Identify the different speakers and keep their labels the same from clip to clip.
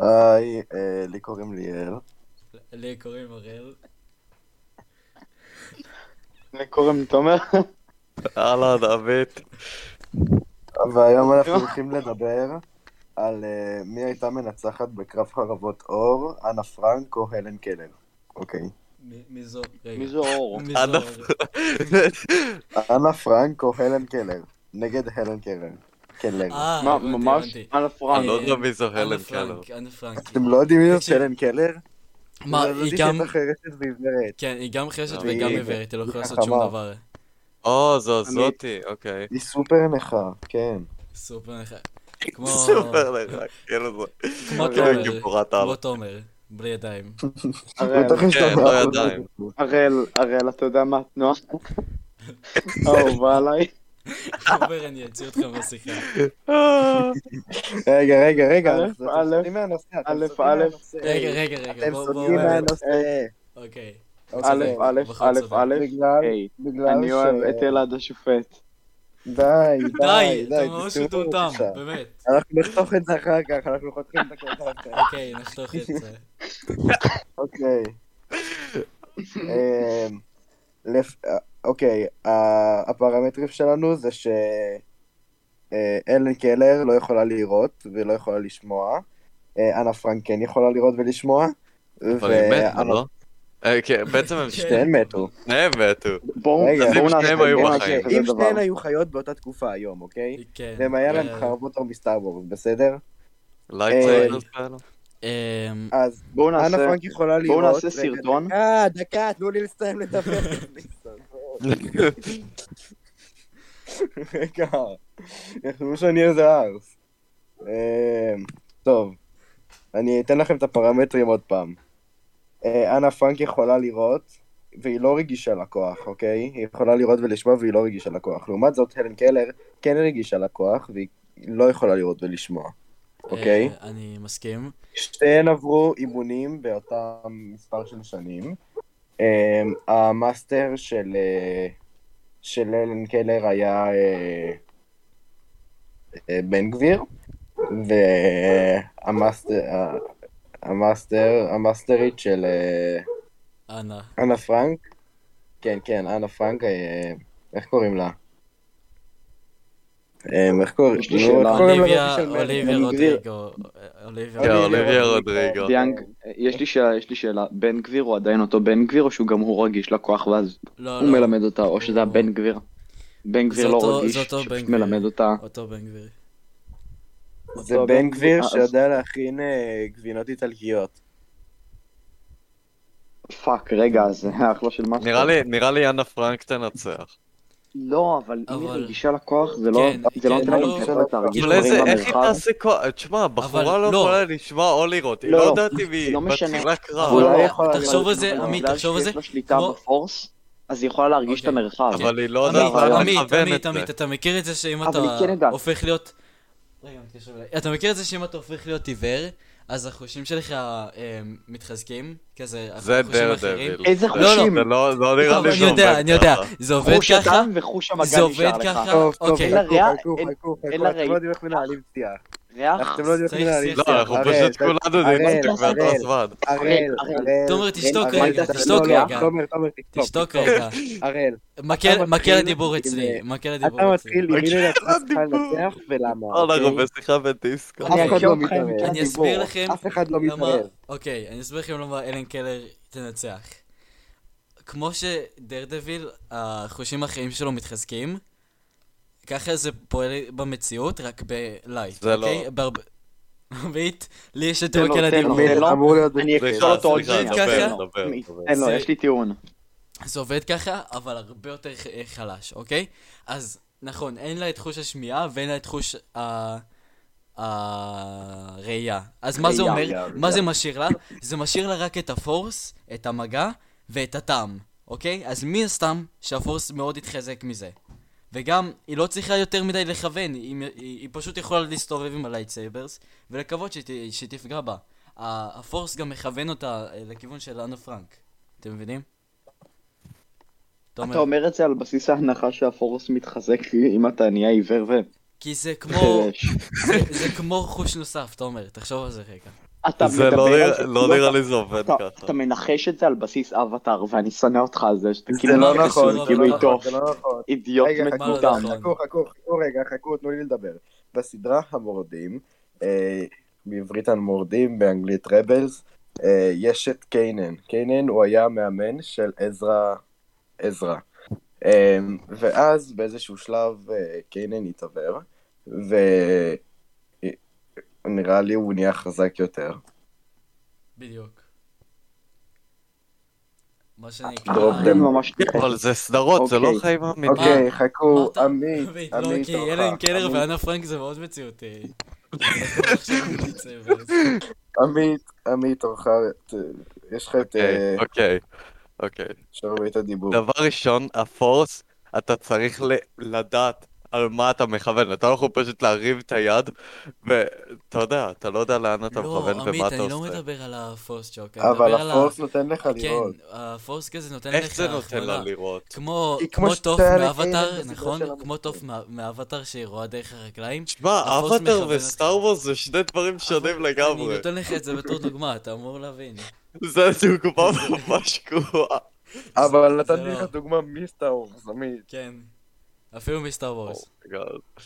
Speaker 1: היי, אה, לי קוראים ליאל.
Speaker 2: לי קוראים אראל.
Speaker 3: אני קוראים תומר.
Speaker 4: אהלן, עמית.
Speaker 1: והיום אנחנו הולכים לדבר על אה, מי הייתה מנצחת בקרב חרבות אור, אנה פרנק או הלן קלר. אוקיי.
Speaker 2: מי מי זו? רגע. אה,
Speaker 3: מי זה אור?
Speaker 2: מי זו
Speaker 4: אנא.
Speaker 2: אראל?
Speaker 1: אנה פרנק או הלן קלר. נגד הלן קלר. קלר.
Speaker 2: אה,
Speaker 3: מה,
Speaker 2: הבנתי,
Speaker 3: ממש?
Speaker 2: הבנתי.
Speaker 3: אנה
Speaker 4: אני
Speaker 3: פרנק.
Speaker 4: לא יודע מי זו הלן
Speaker 2: אנה
Speaker 4: קלר.
Speaker 2: פרנק, אנה פרנק.
Speaker 1: אתם לא יודעים מי זאת
Speaker 2: תקשיב.
Speaker 1: הלן קלר? לא
Speaker 2: מה, היא גם...
Speaker 1: זאת חרשת ועיוורת.
Speaker 2: כן, היא גם חרשת
Speaker 4: אה,
Speaker 2: וגם
Speaker 1: היא-
Speaker 2: עיוורת, היא לא
Speaker 1: היא
Speaker 2: יכולה לעשות
Speaker 1: חכמה.
Speaker 2: שום דבר.
Speaker 4: או, זו זאתי, אוקיי.
Speaker 1: היא סופר נכה, כן.
Speaker 2: סופר נכון. כמו...
Speaker 4: סופר לך, כאילו זה.
Speaker 2: כמו
Speaker 3: כן,
Speaker 2: תומר.
Speaker 4: גיבורת על.
Speaker 2: כמו תומר. בלי ידיים. אה,
Speaker 3: הראל,
Speaker 1: בטח יש לה
Speaker 4: כן, לא
Speaker 1: מעט
Speaker 4: ידיים.
Speaker 1: מאוד.
Speaker 3: הראל, הראל, אתה יודע מה התנועה? אהוב, בא עליי.
Speaker 2: תומר, אני אוציא אותך מהשיחה.
Speaker 1: רגע, רגע, רגע.
Speaker 3: א',
Speaker 1: אנחנו
Speaker 3: א',
Speaker 1: סוטים מהנושא, אתם
Speaker 3: א',
Speaker 1: סוטים
Speaker 3: א'.
Speaker 1: מהנושא.
Speaker 2: רגע, רגע, רגע.
Speaker 1: אתם
Speaker 2: בואו,
Speaker 1: סוטים
Speaker 2: בואו.
Speaker 1: מהנושא.
Speaker 2: אוקיי.
Speaker 3: א',
Speaker 2: צודק,
Speaker 3: א',
Speaker 2: בחור
Speaker 3: א',
Speaker 2: צודק.
Speaker 3: א',
Speaker 1: בגלל,
Speaker 3: היי,
Speaker 1: בגלל ש...
Speaker 3: אני אוהב את אלעד השופט.
Speaker 1: די,
Speaker 2: די,
Speaker 1: די,
Speaker 2: אתה ממש
Speaker 1: תסתמו
Speaker 2: מטומטם,
Speaker 1: בבקשה.
Speaker 2: באמת.
Speaker 1: אנחנו נחתוך את זה אחר כך, אנחנו חותכים את הקטע הזה.
Speaker 2: אוקיי, נחתוך את זה.
Speaker 1: אוקיי. אמ, לפ- אה, אוקיי, ה- הפרמטרים שלנו זה ש... אה, אלן קלר לא יכולה לראות ולא יכולה לשמוע. אה, אנה פרנק כן יכולה לראות ולשמוע.
Speaker 4: אבל היא מתה,
Speaker 1: ואנה-
Speaker 4: לא? אה, כן, בעצם הם
Speaker 1: שתיהן מתו.
Speaker 4: שניהם מתו.
Speaker 3: בואו,
Speaker 1: רגע, אז
Speaker 3: בואו
Speaker 4: אם
Speaker 3: נעשה
Speaker 4: שניהם היו
Speaker 3: דבר
Speaker 4: בחיים.
Speaker 3: כזה
Speaker 1: אם
Speaker 3: דבר.
Speaker 1: שתיהן היו חיות באותה תקופה היום, אוקיי?
Speaker 2: כן.
Speaker 1: והם היה
Speaker 2: אה,
Speaker 1: להם חרבות או מסטאר וורס, בסדר?
Speaker 3: אה,
Speaker 4: לייטסיינרס כאלה?
Speaker 2: אמ,
Speaker 1: אז
Speaker 3: בואו
Speaker 1: אנה
Speaker 3: נעשה...
Speaker 1: פרנק יכולה לראות.
Speaker 3: בואו נעשה
Speaker 1: רגע,
Speaker 3: סרטון.
Speaker 1: דקה, דקה, תנו לי לסיים לדבר. רגע, יחשבו שאני איזה ארס. אמ, טוב, אני אתן לכם את הפרמטרים עוד פעם. אה, אנה פרנק יכולה לראות, והיא לא רגישה לכוח, אוקיי? היא יכולה לראות ולשמוע והיא לא רגישה לכוח. לעומת זאת, הלן קלר כן רגישה לכוח, והיא לא יכולה לראות ולשמוע, אוקיי?
Speaker 2: אה, אני מסכים.
Speaker 1: שתיהן עברו אימונים באותם מספר של שנים. אמ, המאסטר של, אה, של אלן קלר היה אה, אה, בן גביר, והמאסטר... ה- המאסטר, המאסטרית של אה,
Speaker 2: אנה.
Speaker 1: אנה פרנק, כן, כן, אנה פרנק, אה, איך קוראים לה? אמ, איך קוראים
Speaker 3: יש לי
Speaker 1: נו,
Speaker 3: שאלה.
Speaker 1: איך קוראים
Speaker 2: אה, אוליביה,
Speaker 1: לזאתי של מרלין?
Speaker 2: אוליביה
Speaker 1: בן גביר.
Speaker 2: רודריגו. אוליביה
Speaker 4: כן,
Speaker 2: רודריגו.
Speaker 4: אוליביה רודריגו.
Speaker 3: ביאנג, יש לי שאלה, יש לי שאלה, בן גביר הוא עדיין אותו בן גביר או שהוא גם הוא רגיש לכוח ואז
Speaker 2: לא,
Speaker 3: הוא
Speaker 2: לא.
Speaker 3: מלמד אותה או
Speaker 2: הוא-
Speaker 3: שזה הבן גביר? בן גביר
Speaker 2: זה
Speaker 3: לא
Speaker 2: אותו-
Speaker 3: רגיש,
Speaker 2: זה אותו בן
Speaker 3: שפשוט
Speaker 2: גביר.
Speaker 3: מלמד אותה.
Speaker 2: אותו בן גביר.
Speaker 1: זה
Speaker 3: אותו
Speaker 1: בן
Speaker 3: בן גביר,
Speaker 1: גביר
Speaker 3: אז-
Speaker 1: שיודע להכין אה, גבינות איטלקיות.
Speaker 3: פאק, רגע, זה אחלה של משהו.
Speaker 4: נראה לי- נראה לי אנה פרנק תנצח.
Speaker 3: לא, אבל אם היא
Speaker 2: אבל-
Speaker 3: רגישה לכוח זה לא,
Speaker 2: כן,
Speaker 3: זה לא
Speaker 2: כן,
Speaker 3: נותן לה
Speaker 2: לא-
Speaker 3: למצוא את הרגיש
Speaker 4: אבל איזה,
Speaker 3: דברים
Speaker 4: איך היא
Speaker 3: במרחב.
Speaker 4: תעשה כוח? תשמע, בחורה
Speaker 2: אבל
Speaker 4: לא
Speaker 2: לא.
Speaker 4: יכולה לשמוע או לראות. היא
Speaker 3: לא,
Speaker 4: לא
Speaker 3: לא.
Speaker 4: יודעת אם היא
Speaker 3: לא משנה.
Speaker 4: מתחילה קרב.
Speaker 3: אבל-
Speaker 1: אולי
Speaker 3: לא,
Speaker 1: יכולה
Speaker 2: תחשוב
Speaker 1: להיות-
Speaker 2: על זה,
Speaker 1: אבל-
Speaker 2: עמית,
Speaker 3: בגלל
Speaker 2: תחשוב על
Speaker 3: שיש
Speaker 2: זה,
Speaker 3: לה שליטה
Speaker 2: כמו-
Speaker 3: בפורס, אז היא יכולה להרגיש את
Speaker 2: אוקיי.
Speaker 3: המרחב.
Speaker 4: אבל היא לא יודעת
Speaker 2: עמית,
Speaker 3: אבל-
Speaker 4: מה
Speaker 2: עמית,
Speaker 4: לכוון
Speaker 2: עמית,
Speaker 4: את
Speaker 2: עמית,
Speaker 4: זה.
Speaker 2: אתה מכיר את זה שאם
Speaker 3: אבל
Speaker 2: אתה
Speaker 3: היא כן יודעת.
Speaker 2: הופך להיות... רגע, אני מתקשר אליי. אתה מכיר את זה שאם אתה הופך להיות עיוור, אז החושים שלך אה, מתחזקים? כזה,
Speaker 4: זה
Speaker 2: החושים
Speaker 4: דר
Speaker 2: האחרים?
Speaker 4: דביל.
Speaker 3: איזה
Speaker 4: זה-
Speaker 3: חושים?
Speaker 4: זה לא לא נראה
Speaker 2: טוב,
Speaker 4: לי
Speaker 2: אני
Speaker 4: זה
Speaker 2: יודע,
Speaker 4: עובד
Speaker 2: אני יודע,
Speaker 4: ככה.
Speaker 2: זה עובד
Speaker 3: חוש
Speaker 2: ככה?
Speaker 3: הטעם וחוש
Speaker 2: זה
Speaker 3: המגע
Speaker 2: עובד
Speaker 3: נשאר לך.
Speaker 2: ככה?
Speaker 1: טוב, טוב,
Speaker 2: אוקיי.
Speaker 1: חכו,
Speaker 3: אין לה ריאה,
Speaker 1: חכו,
Speaker 3: אין-
Speaker 1: חכו, חכו,
Speaker 3: אין
Speaker 1: אתם
Speaker 3: לה
Speaker 1: לא
Speaker 3: ריאה.
Speaker 1: יודעים איך מנהלים שיח.
Speaker 3: ריח?
Speaker 1: אתם לא יודעים איך
Speaker 2: צריך
Speaker 1: מנהלים
Speaker 2: שיח.
Speaker 4: לא,
Speaker 1: שיח.
Speaker 4: אנחנו
Speaker 1: הראל,
Speaker 4: פשוט
Speaker 1: תקשיב,
Speaker 4: כולנו
Speaker 1: הראל,
Speaker 4: נדפק באותו
Speaker 1: הראל,
Speaker 4: זמן.
Speaker 1: הראל,
Speaker 3: הראל.
Speaker 1: הראל.
Speaker 2: תומר, תשתוק
Speaker 1: הראל,
Speaker 2: רגע,
Speaker 1: תעשה-
Speaker 2: תשתוק
Speaker 1: לא, לא,
Speaker 2: רגע.
Speaker 1: תומר, תומר, תשתוק.
Speaker 2: תשתוק רגע.
Speaker 1: הראל,
Speaker 2: מקל
Speaker 1: אתה
Speaker 2: מקל
Speaker 1: מתחיל עם-
Speaker 2: הדיבור
Speaker 1: אה,
Speaker 2: אצלי, מקל הדיבור
Speaker 1: אתה
Speaker 2: אצלי.
Speaker 1: מתחיל עם מי
Speaker 4: אוקיי,
Speaker 1: לנצח צריכה
Speaker 4: הדיבור.
Speaker 1: לנצח ולמה,
Speaker 3: אה,
Speaker 4: וואלה,
Speaker 1: אוקיי?
Speaker 4: רבה שיחה בדיסקו.
Speaker 2: אוקיי.
Speaker 1: אף אחד לא
Speaker 3: אני אקשור
Speaker 1: מתערב.
Speaker 3: אתכם.
Speaker 2: אני אסביר
Speaker 3: הדיבור.
Speaker 2: לכם
Speaker 1: אף אחד לא
Speaker 2: למה...
Speaker 1: מתערב.
Speaker 2: אוקיי, אני אסביר לכם למה אלן קלר תנצח. כמו שדרדוויל, החושים האחרים שלו מתחזקים, ככה זה פועל במציאות, רק בלייט.
Speaker 4: זה לא.
Speaker 2: אוקיי? בהרבה... עמית, לי יש את
Speaker 3: זה לא,
Speaker 2: רוקל
Speaker 3: זה לא.
Speaker 2: הדיבור.
Speaker 3: זה לא-
Speaker 1: אמור להיות...
Speaker 3: אני
Speaker 4: סליחה,
Speaker 3: אקשור אותו עוד
Speaker 4: סליחה,
Speaker 3: שנייה.
Speaker 2: ככה?
Speaker 4: דבר, דבר.
Speaker 3: אין לו,
Speaker 2: זה-
Speaker 3: יש לי טיעון.
Speaker 2: זה עובד ככה, אבל הרבה יותר ח- אה, חלש, אוקיי? אז נכון, אין לה את חוש השמיעה ואין לה את חוש ה... הראייה. אז מה זה
Speaker 3: ראייה,
Speaker 2: אומר?
Speaker 3: ראייה,
Speaker 2: מה זה משאיר לה? זה משאיר לה רק את הפורס, את המגע ואת הטעם, אוקיי? אז מן הסתם שהפורס מאוד התחזק מזה. וגם, היא לא צריכה יותר מדי לכוון, היא, היא, היא פשוט יכולה להסתובב עם הלייטסייברס ולקוות שת, שתפגע בה. ה- הפורס גם מכוון אותה אה, לכיוון של אנה פרנק. אתם מבינים?
Speaker 3: אתה אומר את זה על בסיס ההנחה שהפורס מתחזק אם אתה נהיה עיוור
Speaker 2: כי זה כמו,
Speaker 3: וחירש.
Speaker 2: זה, זה כמו חוש נוסף, תומר, תחשוב על זה רגע.
Speaker 3: אתה
Speaker 4: זה לא
Speaker 3: מדבר על כאילו
Speaker 4: נראה- לא נראה לי זה עובד
Speaker 3: אתה-
Speaker 4: ככה.
Speaker 3: אתה מנחש את זה על בסיס אבטאר, ואני שונא אותך על זה, שאתה כאילו
Speaker 1: זה לא
Speaker 2: לא
Speaker 3: מנחש את
Speaker 1: נכון,
Speaker 2: קשור,
Speaker 3: זה,
Speaker 1: זה
Speaker 3: כאילו
Speaker 1: לא נכון,
Speaker 3: איתו
Speaker 1: זה לא נכון.
Speaker 3: אידיוט
Speaker 1: רגע, חכו,
Speaker 3: מטומטם.
Speaker 2: נכון.
Speaker 1: חכו, חכו, חכו רגע, חכו, תנו לי לדבר. בסדרה המורדים, אה, בעברית המורדים, באנגלית רבלס, אה, יש את קיינן. קיינן הוא היה המאמן של עזרא, עזרא. אה, ואז באיזשהו שלב אה, קיינן התעוור, ונראה לי הוא נהיה חזק יותר.
Speaker 2: בדיוק. מה אה, שנקרא...
Speaker 1: דרופ
Speaker 3: כן,
Speaker 1: דם.
Speaker 3: ממש נחש.
Speaker 4: אבל זה סדרות, זה לא
Speaker 3: אוקיי.
Speaker 4: חיים אמיתיים.
Speaker 2: אה,
Speaker 1: אוקיי, חכו,
Speaker 2: אמרת-
Speaker 1: עמית,
Speaker 2: וait, לא,
Speaker 1: עמית,
Speaker 2: כי אלן קלר
Speaker 1: עמית.
Speaker 2: ואנה פרנק זה מאוד מציאותי. אנחנו עכשיו נצא ואז-
Speaker 1: עמית, עמית, אורך, ת- יש לך את אה,
Speaker 4: אוקיי, אוקיי, אוקיי.
Speaker 1: שרביט הדיבור.
Speaker 4: דבר ראשון, הפורס, אתה צריך ל- לדעת על מה אתה מכוון. אתה לא יכול פשוט להרים את היד, ואתה יודע, אתה לא יודע לאן אתה
Speaker 2: לא,
Speaker 4: מכוון
Speaker 2: עמית,
Speaker 4: ומה אתה
Speaker 2: אני לא
Speaker 4: עושה.
Speaker 2: מדבר על הפורס צ'וק. אני
Speaker 1: אבל
Speaker 2: כן, מדבר על ה-
Speaker 1: הפורס נותן לך לראות.
Speaker 2: כן, הפורס כזה נותן לך...
Speaker 4: איך זה נותן לה
Speaker 2: הכוונה.
Speaker 4: לראות?
Speaker 2: כמו
Speaker 1: כי כמו
Speaker 2: כמו
Speaker 1: שאתה
Speaker 2: טוף
Speaker 1: היה
Speaker 2: מאבטר,
Speaker 1: לקיים את
Speaker 2: נכון?
Speaker 1: הסדרה של
Speaker 2: כמו טוף
Speaker 1: המחשב.
Speaker 2: מה- מאבטר שהיא רואה דרך הרגליים.
Speaker 4: תשמע,
Speaker 2: הפורס
Speaker 4: אבטר
Speaker 2: מכוון
Speaker 4: וסטאר
Speaker 2: אותך.
Speaker 4: וורס זה שני דברים שונים
Speaker 2: אני
Speaker 4: לגמרי.
Speaker 2: נותן לך את זה בתור דוגמה, אתה אמור להבין.
Speaker 4: זה דוגמה ממש גרועה.
Speaker 1: אבל
Speaker 2: זה- זה
Speaker 1: נתתי
Speaker 2: לא.
Speaker 1: לך דוגמה מסטאר וורס, לא עמית.
Speaker 2: כן. אפילו מסטאר וורס.
Speaker 4: אומייגאד. Oh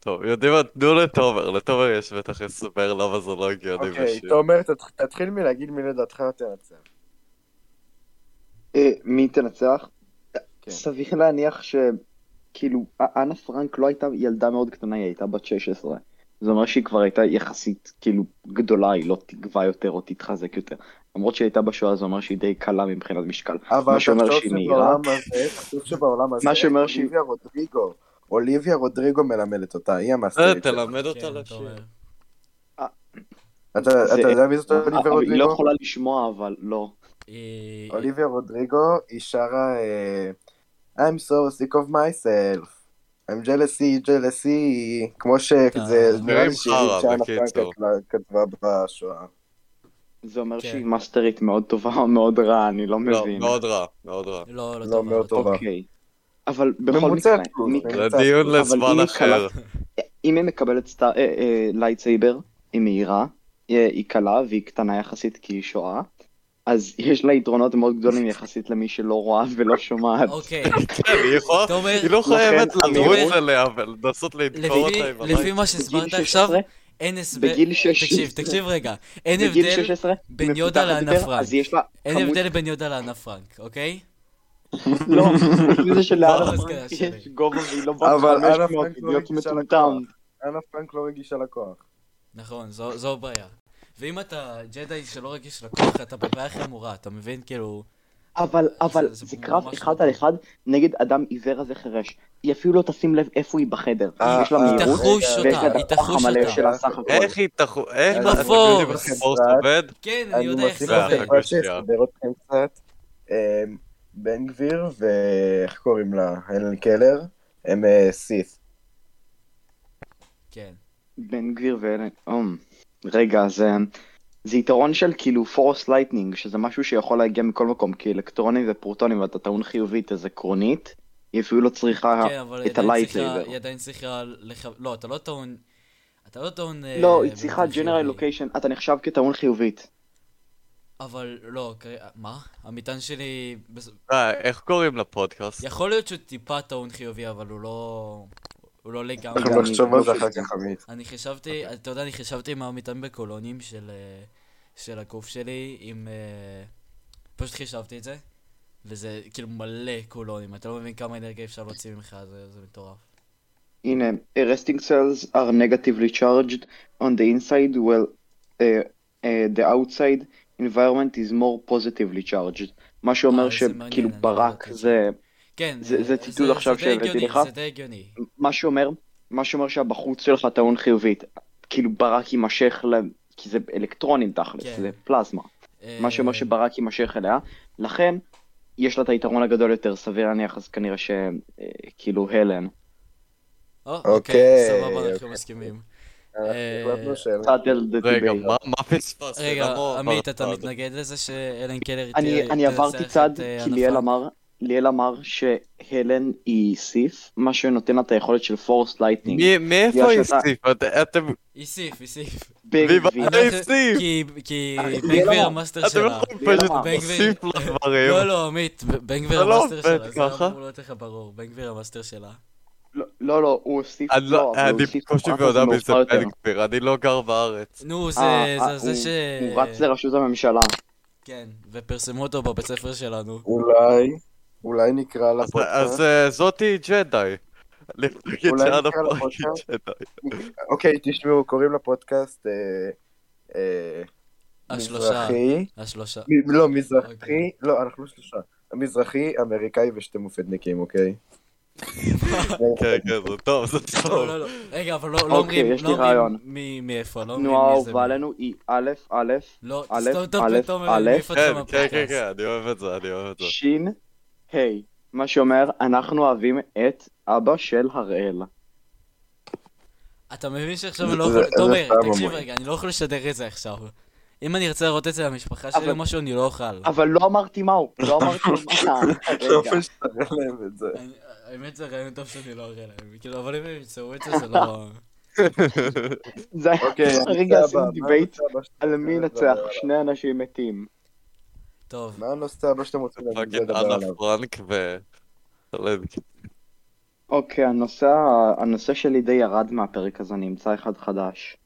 Speaker 4: טוב, יודעים מה? תנו לתומר, לתומר יש בטח הסבר למה זה לא הגיוני
Speaker 1: אוקיי,
Speaker 4: בשיר.
Speaker 1: תומר, תת- תתחיל מלהגיד מי לדעתך תנצח.
Speaker 3: אה, מי תנצח?
Speaker 1: כן.
Speaker 3: סביר להניח שכאילו, א- אנה פרנק לא הייתה ילדה מאוד קטנה, היא הייתה בת 16. זה אומר שהיא כבר הייתה יחסית כאילו גדולה, היא לא תגבה יותר או תתחזק יותר. למרות שהיא הייתה בשואה, זה אומר שהיא די קלה מבחינת משקל.
Speaker 1: אבל
Speaker 3: מה שאומר
Speaker 1: תחשוב
Speaker 3: שהיא
Speaker 1: שבעולם הזה, תחשוב שבעולם הזה,
Speaker 3: מה שאומר שהיא-
Speaker 1: אוליביה רודריגו, אוליביה רודריגו מלמדת אותה, היא
Speaker 4: אה,
Speaker 1: המאסטרית. שלה.
Speaker 4: תלמד אותה
Speaker 2: כן, אתה
Speaker 4: לשיר.
Speaker 2: אומר.
Speaker 1: אתה
Speaker 3: זה-
Speaker 1: אתה יודע מי זאת
Speaker 3: אבל
Speaker 1: אוליביה
Speaker 3: היא לא
Speaker 1: רודריגו?
Speaker 3: יכולה לשמוע, אבל לא.
Speaker 2: היא-
Speaker 1: אוליביה רודריגו, היא שרה אה, I'm so sick of myself. I'm jealousy, jealousy, כמו
Speaker 2: אה.
Speaker 1: שזה
Speaker 2: אתה-
Speaker 1: נראה לי
Speaker 4: נראים חרא,
Speaker 1: שירים שאנה פרנק
Speaker 4: בקיצור.
Speaker 1: כתבה- כתבה בשואה.
Speaker 3: זה אומר
Speaker 2: כן.
Speaker 3: שהיא מאסטרית מאוד טובה או מאוד רעה, אני לא
Speaker 4: לא,
Speaker 3: מבין.
Speaker 4: מאוד רע, מאוד רע.
Speaker 2: לא, לא
Speaker 1: לא,
Speaker 2: טובה.
Speaker 1: מאוד
Speaker 2: לא
Speaker 1: טובה.
Speaker 3: אוקיי. אבל בכל
Speaker 1: ממוצע
Speaker 3: מקרה,
Speaker 1: פלוס,
Speaker 3: מי-
Speaker 1: ממוצע
Speaker 4: זה דיון
Speaker 1: פלוס.
Speaker 4: לזמן
Speaker 3: אם היא
Speaker 4: אחר.
Speaker 3: אם היא מקבלת סט... אה, אה, לייטסייבר, היא מהירה, אה, היא קלה והיא קטנה יחסית כי היא שואה, אז יש לה יתרונות מאוד גדולים יחסית למי שלא רואה ולא שומעת.
Speaker 2: אוקיי,
Speaker 4: כן, היא יכולה...
Speaker 2: תומר,
Speaker 4: היא לא
Speaker 3: לכן,
Speaker 4: חייבת
Speaker 3: אני
Speaker 4: לרוץ
Speaker 2: אומר-
Speaker 4: עליה ולנסות לתקור
Speaker 2: לפי-
Speaker 4: אותה עם
Speaker 2: לפי
Speaker 4: הלייק.
Speaker 2: מה
Speaker 3: בגיל
Speaker 2: שהסברת
Speaker 3: 16,
Speaker 2: עכשיו, אין הסבר...
Speaker 3: בגיל 16.
Speaker 2: תקשיב, תקשיב רגע. אין
Speaker 3: בגיל
Speaker 2: הבדל
Speaker 3: 16,
Speaker 2: בין יודה
Speaker 3: מפותחת
Speaker 2: לאנה
Speaker 3: יותר,
Speaker 2: פרנק.
Speaker 3: אז יש לה
Speaker 2: אין
Speaker 3: כמות-
Speaker 2: הבדל בין יודה לאנה פרנק, אוקיי?
Speaker 3: לא, חוץ מזה
Speaker 2: מה זה
Speaker 3: שלאנה פרנק
Speaker 2: שלי?
Speaker 3: יש גובה והיא לא בת
Speaker 1: אבל אנה
Speaker 3: 500,
Speaker 1: פרנק לא
Speaker 3: אידיוט
Speaker 1: הגישה
Speaker 3: מטומטם.
Speaker 1: אנה פרנק לא רגישה לכוח.
Speaker 2: נכון, זו, זו הבעיה. ואם אתה ג'די שלא רגיש לכוח, אתה בבעיה הכי חמורה, אתה מבין? כאילו...
Speaker 3: אבל, אבל
Speaker 2: זה- זה
Speaker 3: זה קרב
Speaker 2: ממש
Speaker 3: אחד
Speaker 2: לא.
Speaker 3: על אחד נגד אדם עיוור הזה חירש. היא אפילו לא תשים לב איפה היא בחדר.
Speaker 1: אה,
Speaker 3: יש לה
Speaker 1: אה,
Speaker 2: היא
Speaker 3: מהירות,
Speaker 2: תחוש
Speaker 1: רגע,
Speaker 3: ויש לה
Speaker 2: אותה,
Speaker 3: את
Speaker 2: היא
Speaker 3: הכוח
Speaker 2: תחוש
Speaker 3: המלא
Speaker 2: אותה.
Speaker 3: שלה סך הכל.
Speaker 4: איך היא תחו... איך...
Speaker 1: עם
Speaker 4: אתם
Speaker 2: הפורס.
Speaker 4: יודעים איך הפורס עובד?
Speaker 2: כן, אני
Speaker 1: אני
Speaker 2: יודע איך
Speaker 1: מוסיף
Speaker 2: זה
Speaker 4: לכם
Speaker 2: עובד.
Speaker 4: רק-
Speaker 1: לכם שיסדר אתכם קצת. אה, בן גביר ואיך קוראים לה? אלן קלר, הם אה, סית.
Speaker 2: כן.
Speaker 3: בן גביר ואלן, אום. רגע, זה... זה יתרון של כאילו פורס לייטנינג, שזה משהו שיכול להגיע מכל מקום, כי אלקטרונים ופרוטונים ואתה טעון חיובית, אז עקרונית, היא אפילו לא צריכה...
Speaker 2: כן, אבל
Speaker 3: את
Speaker 2: היא עדיין צריכה-
Speaker 3: ה-lightsaber.
Speaker 2: היא עדיין צריכה לח... לא, אתה לא טעון... אתה לא טעון... אה,
Speaker 3: לא, היא
Speaker 2: באופן
Speaker 3: צריכה ג'נרל
Speaker 2: חיובי.
Speaker 3: לוקיישן, אתה נחשב כטעון חיובית.
Speaker 2: אבל לא, כ- מה? המטען שלי... בס-
Speaker 4: אה, איך קוראים לפודקאסט?
Speaker 2: יכול להיות שהוא טיפה טעון חיובי, אבל הוא לא... הוא לא לגמרי.
Speaker 1: אנחנו נחשוב על זה אחר כך, עמית.
Speaker 2: אני חשבתי, אתה יודע, אני חשבתי עם המטען בקולונים של, אה, של הקוף שלי, עם... אה, פשוט חישבתי את זה, וזה כאילו מלא קולונים, אתה לא מבין כמה אנרגיה אפשר להוציא ממך, זה, זה מטורף.
Speaker 3: הנה, resting cells are negatively charged on the inside, well, uh, uh, the outside environment is more positively charged. מה
Speaker 2: אה,
Speaker 3: שאומר
Speaker 2: זה מעניין,
Speaker 3: שכאילו
Speaker 2: אני לא
Speaker 3: ברק
Speaker 2: יודעת את
Speaker 3: זה,
Speaker 2: כן,
Speaker 3: זה-
Speaker 2: אה,
Speaker 3: זה ציטוט עכשיו
Speaker 2: זה די
Speaker 3: שהבאתי
Speaker 2: הגיוני,
Speaker 3: לך.
Speaker 2: זה די הגיוני.
Speaker 3: מה שאומר, מה שאומר שהבחוץ שלך טעון חיובית. כאילו ברק יימשך ל... כי זה אלקטרונים תכלס,
Speaker 2: כן.
Speaker 3: זה פלזמה. מה שאומר
Speaker 2: אה,
Speaker 3: שברק יימשך אליה, לכן יש לה את היתרון הגדול יותר, סביר להניח, אז כנראה שכאילו הלן.
Speaker 2: או,
Speaker 1: אוקיי,
Speaker 2: אוקיי, סבבה, אנחנו
Speaker 1: אוקיי.
Speaker 2: מסכימים.
Speaker 1: אנחנו
Speaker 2: אה,
Speaker 1: החלטנו שהם-
Speaker 3: Settle the
Speaker 4: רגע,
Speaker 3: debate.
Speaker 4: מה- מה פספסת?
Speaker 2: רגע,
Speaker 4: למה-
Speaker 2: עמית, אתה
Speaker 4: מה-
Speaker 2: מתנגד לזה שאלן קלר
Speaker 3: אני,
Speaker 2: ת-
Speaker 3: אני
Speaker 2: תנצח
Speaker 3: עברתי
Speaker 2: את,
Speaker 3: צד,
Speaker 2: אה,
Speaker 3: כי
Speaker 2: אנה
Speaker 3: ליאל
Speaker 2: פרנק?
Speaker 3: אמר, ליאל אמר שהלן היא סיף, מה שנותן לה את היכולת של פורס לייטנינג.
Speaker 4: מי- מאיפה
Speaker 3: בגלל
Speaker 4: היא
Speaker 3: שאתה-
Speaker 4: הסיפה? אתם...
Speaker 2: איסיף, איסיף.
Speaker 3: בן
Speaker 4: ואם
Speaker 3: גביר.
Speaker 4: אתה עם סים!
Speaker 2: כי, כי
Speaker 3: אה,
Speaker 2: בן
Speaker 3: יהיה
Speaker 2: גביר
Speaker 3: לה-
Speaker 2: המאסטר
Speaker 4: אתם לא
Speaker 2: שלה.
Speaker 4: יכולים
Speaker 3: ליאל
Speaker 4: פשוט
Speaker 3: אמר.
Speaker 4: להוסיף לדברים.
Speaker 2: לא, לא, עמית, ב- בן גביר
Speaker 4: זה לא
Speaker 2: המאסטר
Speaker 4: עובד
Speaker 2: שלה, זה
Speaker 4: ככה.
Speaker 2: אמור להיות לך ברור, בן גביר המאסטר שלה.
Speaker 3: לא, לא, לא, הוא הוסיף,
Speaker 4: אני לא-
Speaker 3: לא, אבל הוא
Speaker 4: אני
Speaker 3: הוסיף
Speaker 4: פשוט
Speaker 3: אחר כך
Speaker 4: יודע מי זה
Speaker 3: מאוחר יותר.
Speaker 4: בן גביר, אני לא גר בארץ.
Speaker 2: נו, זה,
Speaker 3: אה, אה,
Speaker 2: זה, זה
Speaker 3: הוא-
Speaker 2: ש...
Speaker 3: הוא רץ לראשות הממשלה.
Speaker 2: כן, ופרסמו אותו בבית ספר שלנו.
Speaker 1: אולי, אולי נקרא
Speaker 4: אז- אז
Speaker 1: לפודקאסט.
Speaker 4: אה, זאתי ג'די. לפרקת
Speaker 1: אולי
Speaker 4: שעד
Speaker 1: נקרא
Speaker 4: הפרק היא
Speaker 1: לפודקאסט?
Speaker 4: ג'די.
Speaker 1: אוקיי, תשמעו, קוראים לפודקאסט אה, אה,
Speaker 2: השלושה, אוקיי.
Speaker 1: מזרחי.
Speaker 2: השלושה.
Speaker 1: מ- לא, מזרחי,
Speaker 2: אוקיי.
Speaker 1: לא, אנחנו לא שלושה. מזרחי, אמריקאי ושתי מופדניקים, אוקיי?
Speaker 4: כן, כן, זה טוב, זה
Speaker 2: לא,
Speaker 4: טוב. כן,
Speaker 2: לא, לא. רגע, אבל לא לא
Speaker 3: אוקיי,
Speaker 2: אומרים,
Speaker 3: יש
Speaker 2: לא
Speaker 3: לי רעיון.
Speaker 2: אומרים מי- מאיפה, לא אומרים
Speaker 3: תנועה
Speaker 2: מי זה.
Speaker 3: האהובה עלינו היא א', א',
Speaker 2: לא,
Speaker 3: א',
Speaker 2: סתום את הפה,
Speaker 3: א',
Speaker 2: תומר,
Speaker 3: א',
Speaker 2: אני מעיף אותך
Speaker 4: כן, כן, כן,
Speaker 2: מהפודקאסט.
Speaker 4: כן, אני אוהב את זה, אני אוהב את זה.
Speaker 3: שין, ה', מה שאומר, אנחנו אוהבים את אבא של הראל.
Speaker 2: אתה מבין שעכשיו אני לא
Speaker 1: זה-
Speaker 2: יכול...
Speaker 1: זה
Speaker 2: תומר,
Speaker 1: סתם
Speaker 2: תקשיב
Speaker 1: אומרים.
Speaker 2: רגע, אני לא יכול לשדר את זה עכשיו. אם אני ארצה לראות את זה למשפחה
Speaker 3: אבל-
Speaker 2: שלי או משהו, אני לא אוכל.
Speaker 3: אבל לא אמרתי מהו, לא אמרתי מה. רגע,
Speaker 1: יופי שאתה אוהב את זה.
Speaker 2: אני- האמת זה רעיון טוב שאני לא אראה להם. כאילו, אבל אם הם ימצאו את זה, זה לא...
Speaker 3: זה
Speaker 1: אוקיי,
Speaker 3: היה,
Speaker 1: הנושא
Speaker 3: רגע,
Speaker 1: הבא,
Speaker 3: עשינו
Speaker 1: מה
Speaker 3: דיבייט
Speaker 1: הנושא הבא שאתם
Speaker 3: על מי
Speaker 1: רוצים
Speaker 3: ינצח,
Speaker 1: לדבר עליו?
Speaker 3: שני אנשים מתים.
Speaker 2: טוב,
Speaker 1: מה הנושא הבא שאתם רוצים
Speaker 4: פאקינג
Speaker 2: אוקיי,
Speaker 1: לדבר
Speaker 4: אנה
Speaker 1: עליו?
Speaker 4: פרנק ו... לא, אה,
Speaker 3: אוקיי, הנושא ה- הנושא שלי די ירד מהפרק הזה, אני אמצא אחד חדש.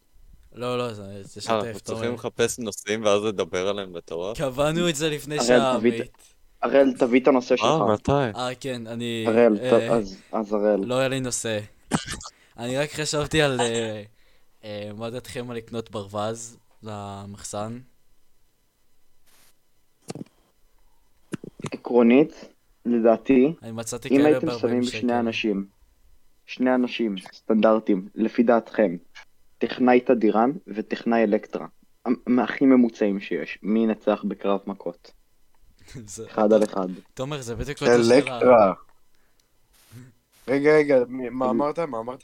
Speaker 2: לא, לא, זה זה
Speaker 4: אה, אנחנו
Speaker 2: שטף,
Speaker 4: צריכים
Speaker 2: תומר.
Speaker 4: לחפש נושאים ואז לדבר עליהם מטורף?
Speaker 2: קבענו את זה לפני
Speaker 3: הראל,
Speaker 2: שעה,
Speaker 3: תביא את-
Speaker 2: עמית.
Speaker 3: הראל, תביא את הנושא
Speaker 4: אה,
Speaker 3: שלך.
Speaker 4: מתי?
Speaker 2: אה, כן, אני...
Speaker 3: הראל, ת-
Speaker 2: אה,
Speaker 3: אז- אז הראל.
Speaker 2: לא היה לי נושא. אני רק חשבתי על... אה, אה, מה דעתכם על לקנות ברווז למחסן?
Speaker 3: עקרונית, לדעתי,
Speaker 2: אני מצאתי
Speaker 3: אם
Speaker 2: כאלה
Speaker 3: הייתם שמים
Speaker 2: ב-40 שקל.
Speaker 3: שני אנשים, שני אנשים סטנדרטים, לפי דעתכם, טכנאי תדירן וטכנאי אלקטרה, המ- הכי ממוצעים שיש, מי ינצח בקרב מכות?
Speaker 2: זה-
Speaker 3: אחד על אחד.
Speaker 2: תומר, זה בדיוק לא אותו שאלה.
Speaker 1: אלקטרה. רגע, רגע, מי- מה אמרת? מה אמרת?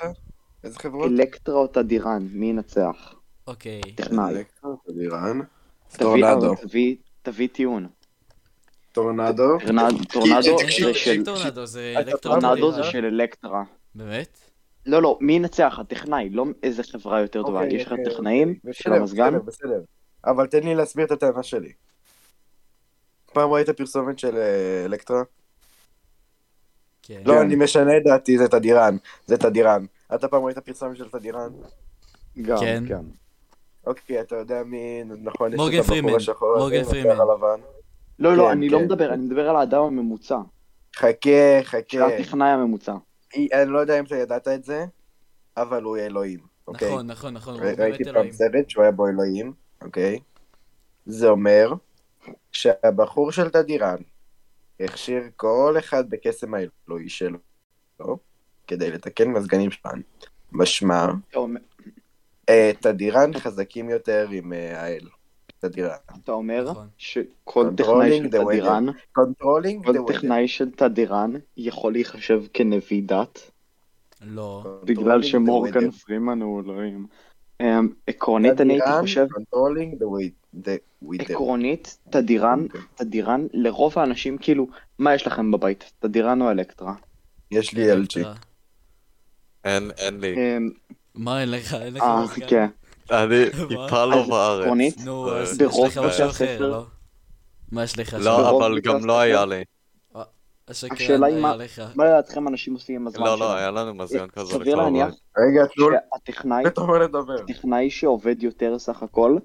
Speaker 1: איזה חברות?
Speaker 3: אלקטרה או תדירן, מי ינצח?
Speaker 2: אוקיי.
Speaker 3: טכנאי.
Speaker 1: אלקטרה, של איראן.
Speaker 3: תביא- אוקיי.
Speaker 1: טורנדו.
Speaker 3: אבל תביא- תביא טיעון.
Speaker 1: טורנדו.
Speaker 3: טורנדו- טורנדו
Speaker 1: תקשיב,
Speaker 3: זה של...
Speaker 2: אין טורנדו, זה
Speaker 4: אתה
Speaker 2: אלקטרו...
Speaker 3: טורנדו זה
Speaker 2: טורנדו. אה?
Speaker 3: של אלקטרה.
Speaker 2: באמת?
Speaker 3: לא, לא, מי ינצח? הטכנאי, לא איזה חברה יותר טובה.
Speaker 1: אוקיי,
Speaker 3: יש לך
Speaker 1: אוקיי,
Speaker 3: טכנאים של
Speaker 1: בסדר,
Speaker 3: המזגן?
Speaker 1: בסדר, בסדר. אבל תן לי להסביר את הטענה שלי. פעם ראית פרסומת של אה, אלקטרה?
Speaker 2: כן.
Speaker 1: לא, אני משנה את דעתי, זה תדירן. זה תדירן. אתה פעם ראית פרסומת של תדירן?
Speaker 3: גם,
Speaker 2: כן.
Speaker 3: כן.
Speaker 1: אוקיי, אתה יודע מי... נכון, יש
Speaker 2: מורגן
Speaker 1: את הבחור
Speaker 2: פרימן.
Speaker 1: השחור הזה,
Speaker 2: מורגן
Speaker 1: עם השיער
Speaker 2: פרימן.
Speaker 1: הלבן.
Speaker 3: לא, לא,
Speaker 1: כן,
Speaker 3: אני לא
Speaker 1: כן.
Speaker 3: מדבר, אני מדבר על האדם הממוצע.
Speaker 1: חכה,
Speaker 3: של
Speaker 1: חכה.
Speaker 3: הטכנאי הממוצע.
Speaker 1: אי- אני לא יודע אם אתה ידעת את זה, אבל הוא אלוהים, אוקיי?
Speaker 2: נכון, נכון, נכון, הוא
Speaker 1: ר-
Speaker 2: באמת
Speaker 1: ראיתי פעם
Speaker 2: אלוהים.
Speaker 1: סרט שהוא היה בו אלוהים, אוקיי? זה אומר שהבחור של תדירן הכשיר כל אחד בקסם האלוהי שלו לא? כדי לתקן מזגנים שלהם. משמע,
Speaker 3: אתה אומר-
Speaker 1: אה, תדירן חזקים יותר עם אה, האל. תדירן.
Speaker 3: אתה אומר
Speaker 2: נכון.
Speaker 3: שכל טכנאי של
Speaker 1: Controlling the weather.
Speaker 3: תדירן,
Speaker 1: קונטרולינג
Speaker 3: כל טכנאי של תדירן יכול להיחשב כנביא דת,
Speaker 2: לא.
Speaker 3: בגלל שמורגן פרימן הוא אלוהים. אמ, עקרונית אני הייתי חושב,
Speaker 1: קונטרולינג דה ווידר.
Speaker 3: עקרונית, תדירן,
Speaker 1: אוקיי.
Speaker 3: תדירן, לרוב האנשים כאילו, מה יש לכם בבית? תדירן או אלקטרה?
Speaker 1: יש
Speaker 2: אה,
Speaker 1: לי LG.
Speaker 2: אלקטרה.
Speaker 4: אין, אין לי.
Speaker 3: אמ,
Speaker 2: מה אין לך? אין לך
Speaker 3: אה,
Speaker 2: מוזיקה?
Speaker 3: כן.
Speaker 4: אני
Speaker 2: מה?
Speaker 4: טיפה לא
Speaker 3: אז
Speaker 4: בארץ.
Speaker 3: עקרונית,
Speaker 2: נו,
Speaker 4: אה,
Speaker 2: אז יש
Speaker 3: ברוב
Speaker 2: לך משהו
Speaker 3: בתי
Speaker 2: אחר,
Speaker 3: הספר-
Speaker 2: לא? מה יש לך?
Speaker 4: לא,
Speaker 3: ברוב
Speaker 4: אבל
Speaker 3: בתי
Speaker 4: גם לא
Speaker 3: הספר-
Speaker 4: היה לי.
Speaker 2: השקרן אה,
Speaker 3: השאלה היא
Speaker 2: היה
Speaker 3: מה-
Speaker 2: לך.
Speaker 3: מה לדעתכם אנשים עושים עם הזמן
Speaker 4: לא, לא,
Speaker 3: שלהם?
Speaker 4: היה לנו מזיון כזה.
Speaker 3: סביר
Speaker 4: לכל
Speaker 3: להניח
Speaker 4: הבית.
Speaker 1: רגע, תנו
Speaker 3: שהטכנאי
Speaker 1: לתומר לדבר.
Speaker 3: טכנאי שעובד יותר סך הכל,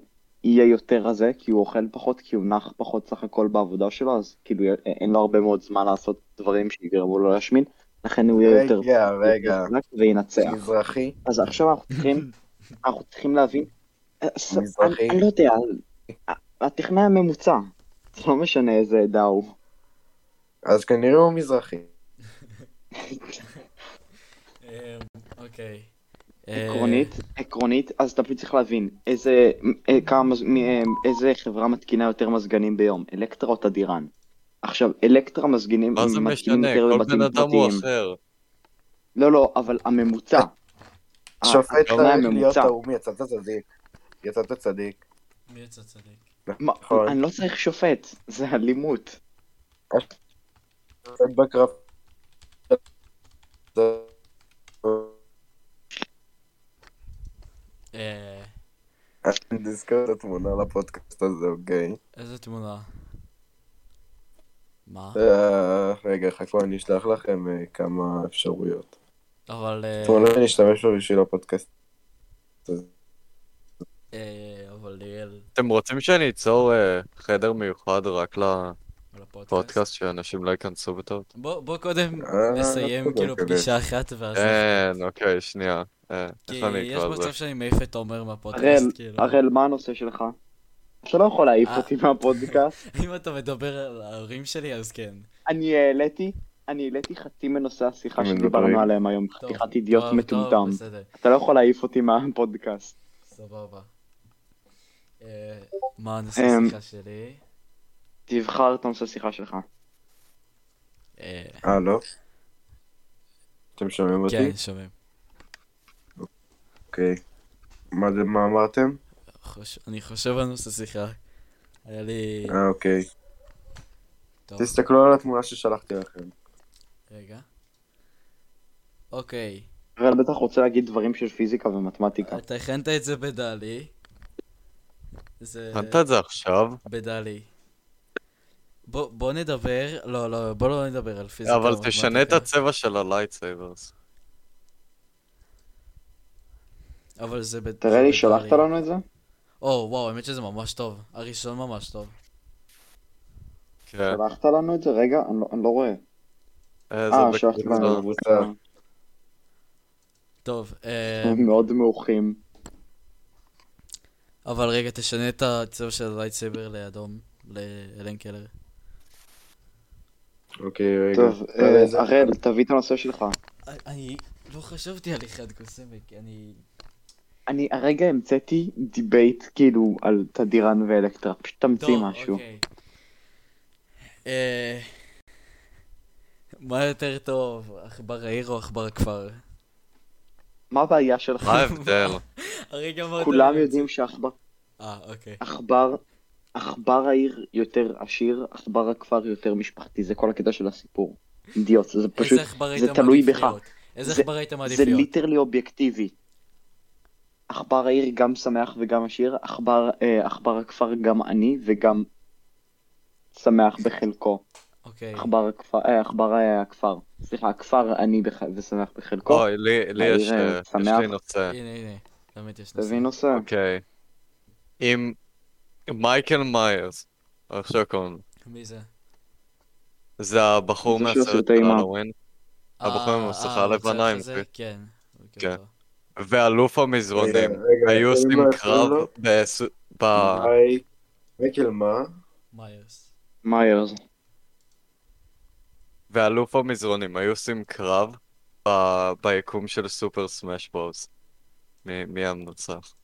Speaker 3: יהיה יותר רזה, כי הוא אוכל פחות, כי הוא נח פחות סך הכל בעבודה שלו, אז כאילו א- אין לו הרבה מאוד זמן לעשות דברים שיגרמו לו להשמין, לכן הוא יהיה יותר
Speaker 1: רגע, רגע.
Speaker 3: חזק
Speaker 1: אה,
Speaker 3: וינצח.
Speaker 1: מזרחי.
Speaker 3: אז עכשיו אנחנו צריכים, אנחנו צריכים להבין, אז-
Speaker 1: מזרחי.
Speaker 3: אני, אני לא יודע, ה- הטכנאי הממוצע, זה לא משנה איזה עדה הוא.
Speaker 1: אז כנראה הוא מזרחי.
Speaker 2: אה, אוקיי. אה,
Speaker 3: עקרונית, עקרונית, אז אתה פשוט צריך להבין איזה, אה, כמה, מז- מי- אה, איזה חברה מתקינה יותר מזגנים ביום, אלקטרה או תדירן. עכשיו, אלקטרה מזגינים,
Speaker 4: מה זה
Speaker 3: מתקינים
Speaker 4: משנה?
Speaker 3: יותר
Speaker 4: כל
Speaker 3: בבתים
Speaker 4: בן אדם הוא
Speaker 3: פרטיים.
Speaker 4: אחר.
Speaker 3: לא, לא, אבל הממוצע. ה-
Speaker 1: שופט
Speaker 3: הטכנאי
Speaker 1: צריך להיות
Speaker 3: הממוצע.
Speaker 1: האום, יצאת צדיק. יצאת צדיק.
Speaker 2: אה, מי יצא צדיק?
Speaker 3: מה,
Speaker 1: נכון.
Speaker 3: אני לא צריך שופט, זה אלימות.
Speaker 1: שופט בקרב.
Speaker 2: אה,
Speaker 1: אני נזכר את התמונה לפודקאסט הזה, אוקיי.
Speaker 2: איזה תמונה? מה?
Speaker 1: אה, רגע, חכו, אני אשלח לכם אה, כמה אפשרויות.
Speaker 2: אבל... אה,
Speaker 3: לא.
Speaker 1: תמונה שאני אשתמש בה בשביל הפודקאסט.
Speaker 2: אה, אבל ליאל,
Speaker 4: אתם רוצים שאני אצור אה, חדר מיוחד רק לפודקאסט
Speaker 2: על הפודקאסט.
Speaker 4: שאנשים לא ייכנסו בטעות?
Speaker 2: בוא בוא קודם
Speaker 1: אה,
Speaker 2: נסיים
Speaker 3: אוקיי,
Speaker 1: בסדר,
Speaker 2: כאילו
Speaker 1: כזה.
Speaker 2: פגישה אחת ואז...
Speaker 4: כן, אוקיי, שנייה. אה,
Speaker 2: כי
Speaker 4: איך אני
Speaker 2: יש
Speaker 4: אקרא לזה?
Speaker 2: מצב שאני מעיף את עומר
Speaker 3: הראל,
Speaker 2: מהפודקאסט, כאילו.
Speaker 3: הראל, מה הנושא שלך? אתה לא יכול להעיף
Speaker 2: אה.
Speaker 3: אותי מהפודקאסט.
Speaker 2: אם אתה מדבר על ההורים שלי, אז כן.
Speaker 3: אני העליתי, אני העליתי חצי מנושא השיחה
Speaker 1: אתם
Speaker 3: שדיברנו
Speaker 1: מדברים?
Speaker 3: עליהם היום,
Speaker 2: טוב,
Speaker 3: חתיכת אידיוט
Speaker 2: טוב, טוב,
Speaker 3: מטומטם.
Speaker 2: בסדר,
Speaker 3: אתה לא יכול להעיף אותי מהפודקאסט.
Speaker 2: סבבה. אה, מה הנושא
Speaker 3: אמ,
Speaker 2: השיחה שלי?
Speaker 3: תבחר את הנושא שיחה שלך.
Speaker 2: אה,
Speaker 1: אה, לא? אתם שומעים אותי?
Speaker 2: כן, שומעים.
Speaker 1: אוקיי. מה זה, מה אמרתם?
Speaker 2: חוש- אני חושב על נושא שיחה. היה לי...
Speaker 1: אה, אוקיי.
Speaker 2: טוב,
Speaker 1: תסתכלו על התמונה ששלחתי לכם.
Speaker 2: רגע. אוקיי,
Speaker 3: הראל בטח רוצה להגיד דברים של פיזיקה
Speaker 1: אה,
Speaker 3: ומתמטיקה.
Speaker 2: אתה הכנת את זה בדלי. זה...
Speaker 4: הבנת את זה עכשיו?
Speaker 2: בדלי. בוא, בוא נדבר, לא, לא, בוא לא נדבר על פיזיקה.
Speaker 4: אבל
Speaker 2: ומתמטיקה.
Speaker 4: תשנה את הצבע של הלייטסייברס.
Speaker 2: אבל זה בד- זה
Speaker 3: תראה לי,
Speaker 1: אה,
Speaker 2: בדלי.
Speaker 3: שלחת לנו את זה?
Speaker 2: או, וואו, האמת שזה ממש טוב. הראשון ממש טוב.
Speaker 4: כן.
Speaker 3: שלחת לנו את זה? רגע, אני לא- אני לא רואה.
Speaker 4: אה,
Speaker 3: אה,
Speaker 4: זה
Speaker 3: שלחת
Speaker 4: בקבוצה.
Speaker 3: לנו.
Speaker 1: בקבוצה.
Speaker 2: טוב, אה,
Speaker 3: הם מאוד מעוכים.
Speaker 2: אבל רגע, תשנה את הצבע של הלייטסייבר לאדום, לאלן קלר.
Speaker 1: אוקיי, רגע.
Speaker 3: טוב,
Speaker 1: אה,
Speaker 3: אה,
Speaker 1: זה-
Speaker 3: הראל, תביא את הנושא שלך.
Speaker 2: אני לא חשבתי על אחד קוסמק, אני...
Speaker 3: אני הרגע המצאתי דיבייט כאילו על תדירן ואלקטרה, פשוט תמציא משהו.
Speaker 2: אוקיי. אה, מה יותר טוב, עכבר העיר או עכבר הכפר?
Speaker 3: מה הבעיה שלך?
Speaker 4: מה
Speaker 1: אה,
Speaker 4: ההבדל?
Speaker 2: הרגע אמרת...
Speaker 3: כולם יודעים שעכבר
Speaker 2: אה, אוקיי.
Speaker 3: עכבר, עכבר העיר יותר עשיר, עכבר הכפר יותר משפחתי, זה כל הקטע של הסיפור. אידיוט, זה פשוט,
Speaker 2: איזה עכבר היית
Speaker 3: זה תלוי
Speaker 2: מעדיף
Speaker 3: בך.
Speaker 2: להיות? איזה
Speaker 3: זה-
Speaker 2: עכבר היית מעדיף
Speaker 3: זה
Speaker 2: להיות?
Speaker 3: ליטרלי אובייקטיבי. עכבר העיר גם שמח וגם עשיר, עכבר אה, עכבר הכפר גם עני וגם שמח בחלקו.
Speaker 2: אוקיי.
Speaker 3: עכבר הכפר, אה, עכבר אה, הכפר, סליחה, הכפר עני בח... ושמח בחלקו.
Speaker 4: אוי, לי לי
Speaker 3: העיר,
Speaker 4: יש אה, יש
Speaker 3: שמח.
Speaker 4: לי נושא.
Speaker 2: הנה, הנה. באמת יש נושא.
Speaker 3: תביא נושא.
Speaker 4: אוקיי. עם מייקל מיירס, עכשיו קוראים לו.
Speaker 2: מי זה?
Speaker 4: זה הבחור
Speaker 3: זה של
Speaker 4: מהסרט
Speaker 3: הסרטי
Speaker 4: של
Speaker 3: מה?
Speaker 4: הלואוין, הבחור עם
Speaker 2: אה,
Speaker 4: המסכה
Speaker 2: אה, הרוצח
Speaker 4: הלבנה עם
Speaker 2: הזה?
Speaker 4: זה.
Speaker 2: כן. אני מכיר
Speaker 4: כן.
Speaker 2: אותו.
Speaker 4: ואלוף
Speaker 1: אה,
Speaker 4: המזרונים.
Speaker 1: רגע,
Speaker 4: היו
Speaker 1: איך
Speaker 4: עושים
Speaker 1: קוראים לו?
Speaker 4: קרב אה. בס- ב...
Speaker 1: היי, מייקל מה?
Speaker 2: מיירס.
Speaker 3: מיירס.
Speaker 4: ואלוף המזרונים, היו עושים קרב ב... ביקום של סופר סמאש ברוס. מי מי המנצח?